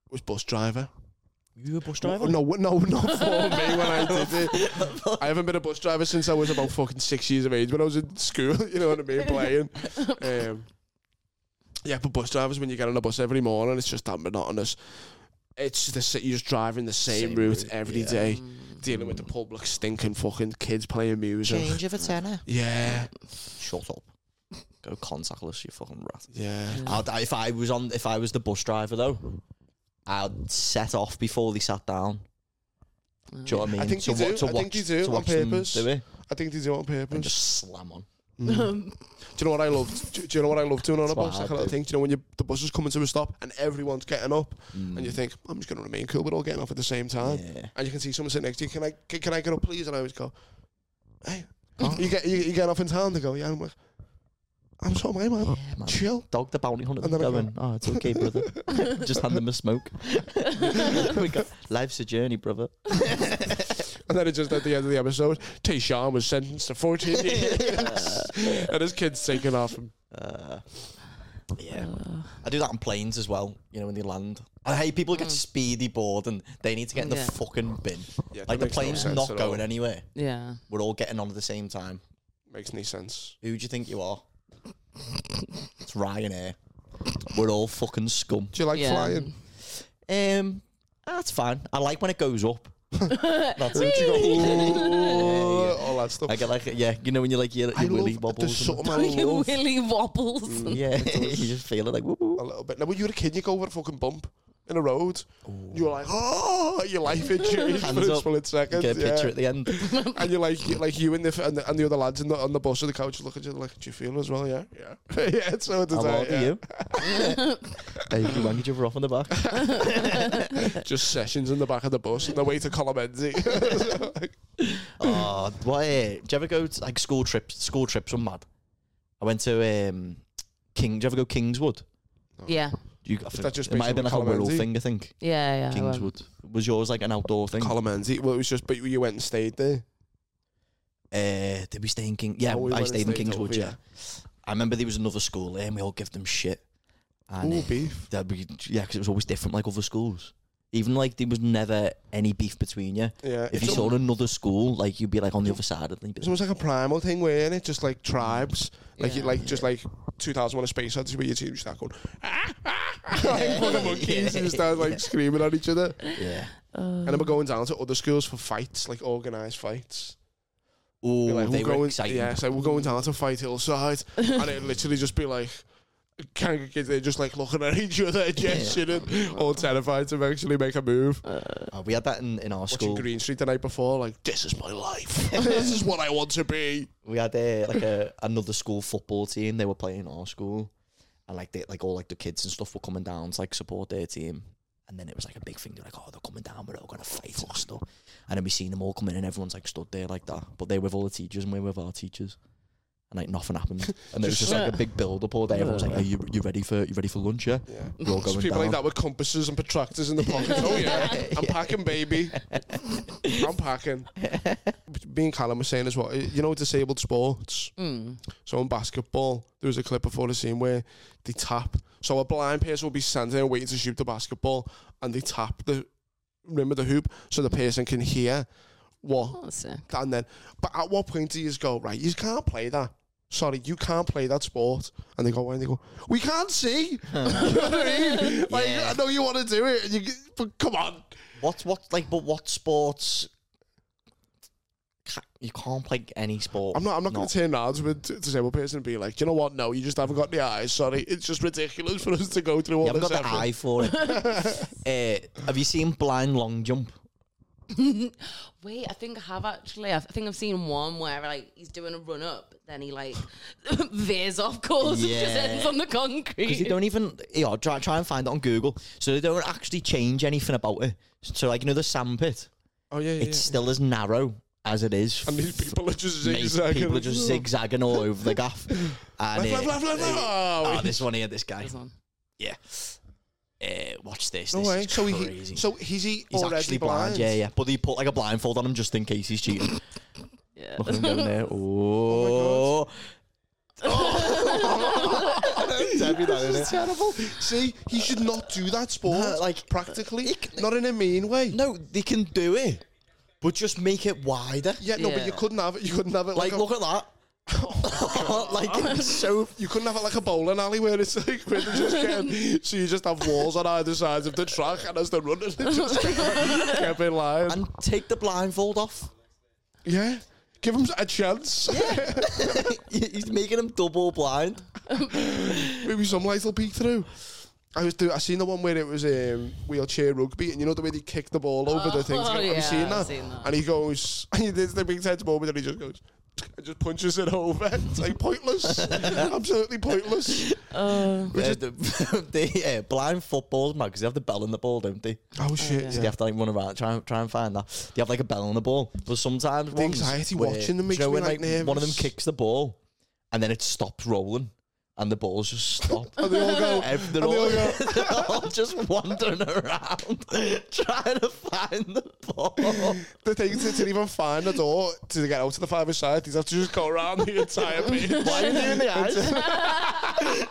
A: was bus driver.
B: You a bus
A: No, no, not for me when I did it. I haven't been a bus driver since I was about fucking six years of age when I was in school, you know what I mean, playing. Um, yeah, but bus drivers, when you get on a bus every morning, it's just that monotonous. It's the si- you're just driving the same,
B: Same
A: route,
B: route,
A: every
B: yeah.
A: day, dealing with the public stinking fucking kids playing music.
B: of a tenner.
A: Yeah,
B: Shut up. Go contactless, you fucking rat.
A: yeah.
B: I'd, if I was on, if I was the bus driver though, I'd set off before they sat down. Do you know what I mean?
A: I think
B: To
A: you
B: wa-
A: do.
B: to
A: I think
B: watch-
A: you do
B: to
A: on
B: watch them
A: purpose.
B: Do it
A: I think they do it on purpose. Mm.
B: and just slam on.
A: Do you know what I love? Do, do you know what I love doing on a
B: That's what
A: bus? Like
B: I
A: a little
B: do.
A: thing. Do you know when you, the bus is coming to a stop and everyone's getting up, and you think I'm just going to remain cool. We're all getting off at the same time,
B: Mm. Yeah.
A: and you can see someone sitting next to you. Can I can, can I get up, please? And I always go, Hey, you get you, you get off in time. They go, Yeah. And I'm like, I'm so my man.
B: Yeah, man.
A: Chill.
B: Dog the bounty hunter
A: And then I
B: going. Oh, it's Oh. okay, brother. just hand them a smoke. we go, Life's a journey, brother.
A: And then it just at the end of the episode, Tayshawn was sentenced to 14 years, and his kid's taken off. him.
B: Uh, Yeah, I do that on planes as well. You know when they land. I hate people get speedy bored and they need to get in the
C: Yeah.
B: fucking bin.
A: Yeah, that
B: like the
A: makes no
B: plane's
A: sense
B: not
A: at
B: going
A: all.
B: anywhere.
C: Yeah.
B: We're all getting on at the same time.
A: Makes no sense.
B: Who do you think you are? it's Ryanair. We're all fucking scum.
A: Do you like
C: Yeah.
A: flying?
B: Um, that's fine. I like when it goes up. that's it.
A: You go, "Ooh," all that stuff.
B: I get like yeah, you know when you like your,
A: I
B: your willy
A: love-
B: bobbles.
A: there's something I
C: Your
A: love
C: willy wobbles.
A: Mm.
B: yeah, you just feel it like whoop, whoop.
A: a little bit. Now, when you were a kid, you go over a fucking bump in a road. You're like, oh, your life had changed for
B: hands
A: a
B: up.
A: split second.
B: Get a
A: yeah.
B: picture at the end.
A: and you're like, you're like you and the, and the and the other lads in the, on the bus or the couch look at you like, do you feel as well? Yeah, yeah, yeah. So did
B: How
A: I.
B: old
A: yeah.
B: are you? Hey, you wank each other off on the back.
A: Just sessions in the back of the bus on the way to Colomenzi.
B: Oh, what? eh, do you ever go to, like school trips? School trips were mad. I went to um, King. Do you ever go Kingswood?
C: Yeah.
B: Do you, I think-
A: just
B: it might
A: based
B: have been
A: on
B: like a Wirral
A: Colomenzi?
B: thing, I think.
C: Yeah. Yeah. I won't.
B: Kingswood was yours like an outdoor thing.
A: Colomenzi. Well, it was just, but you went and stayed there.
B: Uh, did we stay in King? Yeah,
A: Oh, we went
B: I
A: and
B: stayed in
A: stayed
B: Kingswood.
A: over,
B: Yeah. I remember there was another school there, and we all give them shit. And
A: Ooh,
B: uh,
A: beef.
B: that we, yeah, because it was always different, like other schools. Even like there was never any beef between you.
A: Yeah,
B: If you
A: it's
B: saw another school, like you'd be like on the other side of the.
A: It's almost like a primal thing, weren't it? Just like tribes, like you
C: Yeah.
A: like just like 2001: A Space Odyssey, where your team start going, ah, ah, ah, like fucking monkeys, and you start like screaming at each other.
B: Yeah.
A: And then we're going down to other schools for fights, like organised fights.
B: Oh,
A: Be like,
B: they
A: we're
B: were
A: going-
B: exciting.
A: Yeah, so we're going down to fight hillside, and it literally just be like. Gang of kids, they're just like looking at each other, gesturing, all terrified to actually make a move.
B: Uh, we had that in, in our
A: Watching
B: school.
A: Green Street the night before, like, this is my life. this is what I want to be.
B: we had uh, like a another school football team. They were playing our school, and like they like all like the kids and stuff were coming down to like support their team. And then it was like a big thing. They're like, "Oh, they're coming down. We're all gonna fight and stuff." And then we seen them all coming in. Everyone's like stood there like that, but they were with all the teachers and we were with our teachers. and like nothing happened. And it was just like a big build up all day. Everyone was like, "Are you you ready for you ready for lunch? Yeah, we're all
A: Just
B: going
A: people
B: down."
A: like that with compasses and protractors in the pockets. oh yeah, I'm packing, baby. I'm packing. Me and Callum were saying as well. You know, disabled sports.
C: mm.
A: So in basketball, there was a clip before the scene where they tap. So a blind person will be standing there waiting to shoot the basketball, and they tap the rim of the hoop so the person can hear what
C: That's sick.
A: and then, but at what point do you just go, right, you can't play that. Sorry, you can't play that sport. And they go, why? And they go, we can't see. you know what I mean? Like, I know you want to do it, and you, but come on.
B: What's what like? But what sports? Ca- You can't play any sport.
A: I'm not, I'm not going to turn around to a d- disabled person and be like, you know what? No, you just haven't got the eyes. Sorry. It's just ridiculous for us to go through all
B: You haven't
A: this
B: got the
A: effort.
B: eye for it. uh, have you seen blind long jump?
C: Wait, I think I have actually. I think I've seen one where like he's doing a run up, then he like veers off course and just
B: Yeah.
C: ends on the concrete.
B: Because they don't even, you know, try, try and find it on Google. So they don't actually change anything about it. So, like, you know, the sandpit,
A: Oh, yeah, yeah.
B: it's still as narrow as it is.
A: and these people are just
B: Mate,
A: zigzagging.
B: People are just zigzagging all over the gaff. And, uh,
A: Blah, blah, blah, blah.
B: oh,
A: Oh,
B: this one here, this guy.
C: This one.
B: Yeah. Uh, watch this.
A: no
B: this
A: way.
B: is
A: So, he,
B: crazy.
A: so he's he
B: He's
A: already
B: actually blind. Yeah, yeah. But they put like a blindfold on him just in case he's cheating.
C: Yeah.
B: Look at him going there. Oh.
A: Oh, Debbie, that is terrible. See, he should not do that sport.
B: No,
A: like
B: like-
A: practically,
B: He c-
A: not in a mean way.
B: No, they can do it, but just make it wider.
A: yeah, no, but
C: Yeah.
A: you couldn't have it. You couldn't have it like,
B: Like,
A: a,
B: look at that. like, it's so.
A: you couldn't have it like a bowling alley where it's like where they just kept, so you just have walls on either sides of the track, and as they're running, they just kept, kept in line.
B: And take the blindfold off.
A: yeah, give him a chance.
B: He's making him double blind.
A: Maybe some light will peek through. I was do. I seen the one where it was um, wheelchair rugby, and you know the way they kick the ball over the thing.
C: Oh,
A: Have you
C: yeah,
A: seen
C: I've
A: that?
C: seen that.
A: And he goes, and he does the big tense moment, and he just goes, and just punches it over. It's like pointless, absolutely pointless.
B: Uh, the, the, uh, blind footballs, man, because they have the bell in the ball, don't they?
A: Oh shit!
B: So
A: yeah.
B: they have to like run around, try and try and find that. They have like a bell on the ball, but sometimes the
A: anxiety watching them makes me, like,
B: one of them
A: nervous.
B: kicks the ball, and then it stops rolling, and the balls just stop.
A: And they all go.
B: Ev- They're
A: And they
B: all,
A: all go-
B: they're all just wandering around trying to find the ball.
A: The thing is, they didn't even find the door to get out to the five side. These have to just go around the entire pitch.
B: Why are you doing the eyes?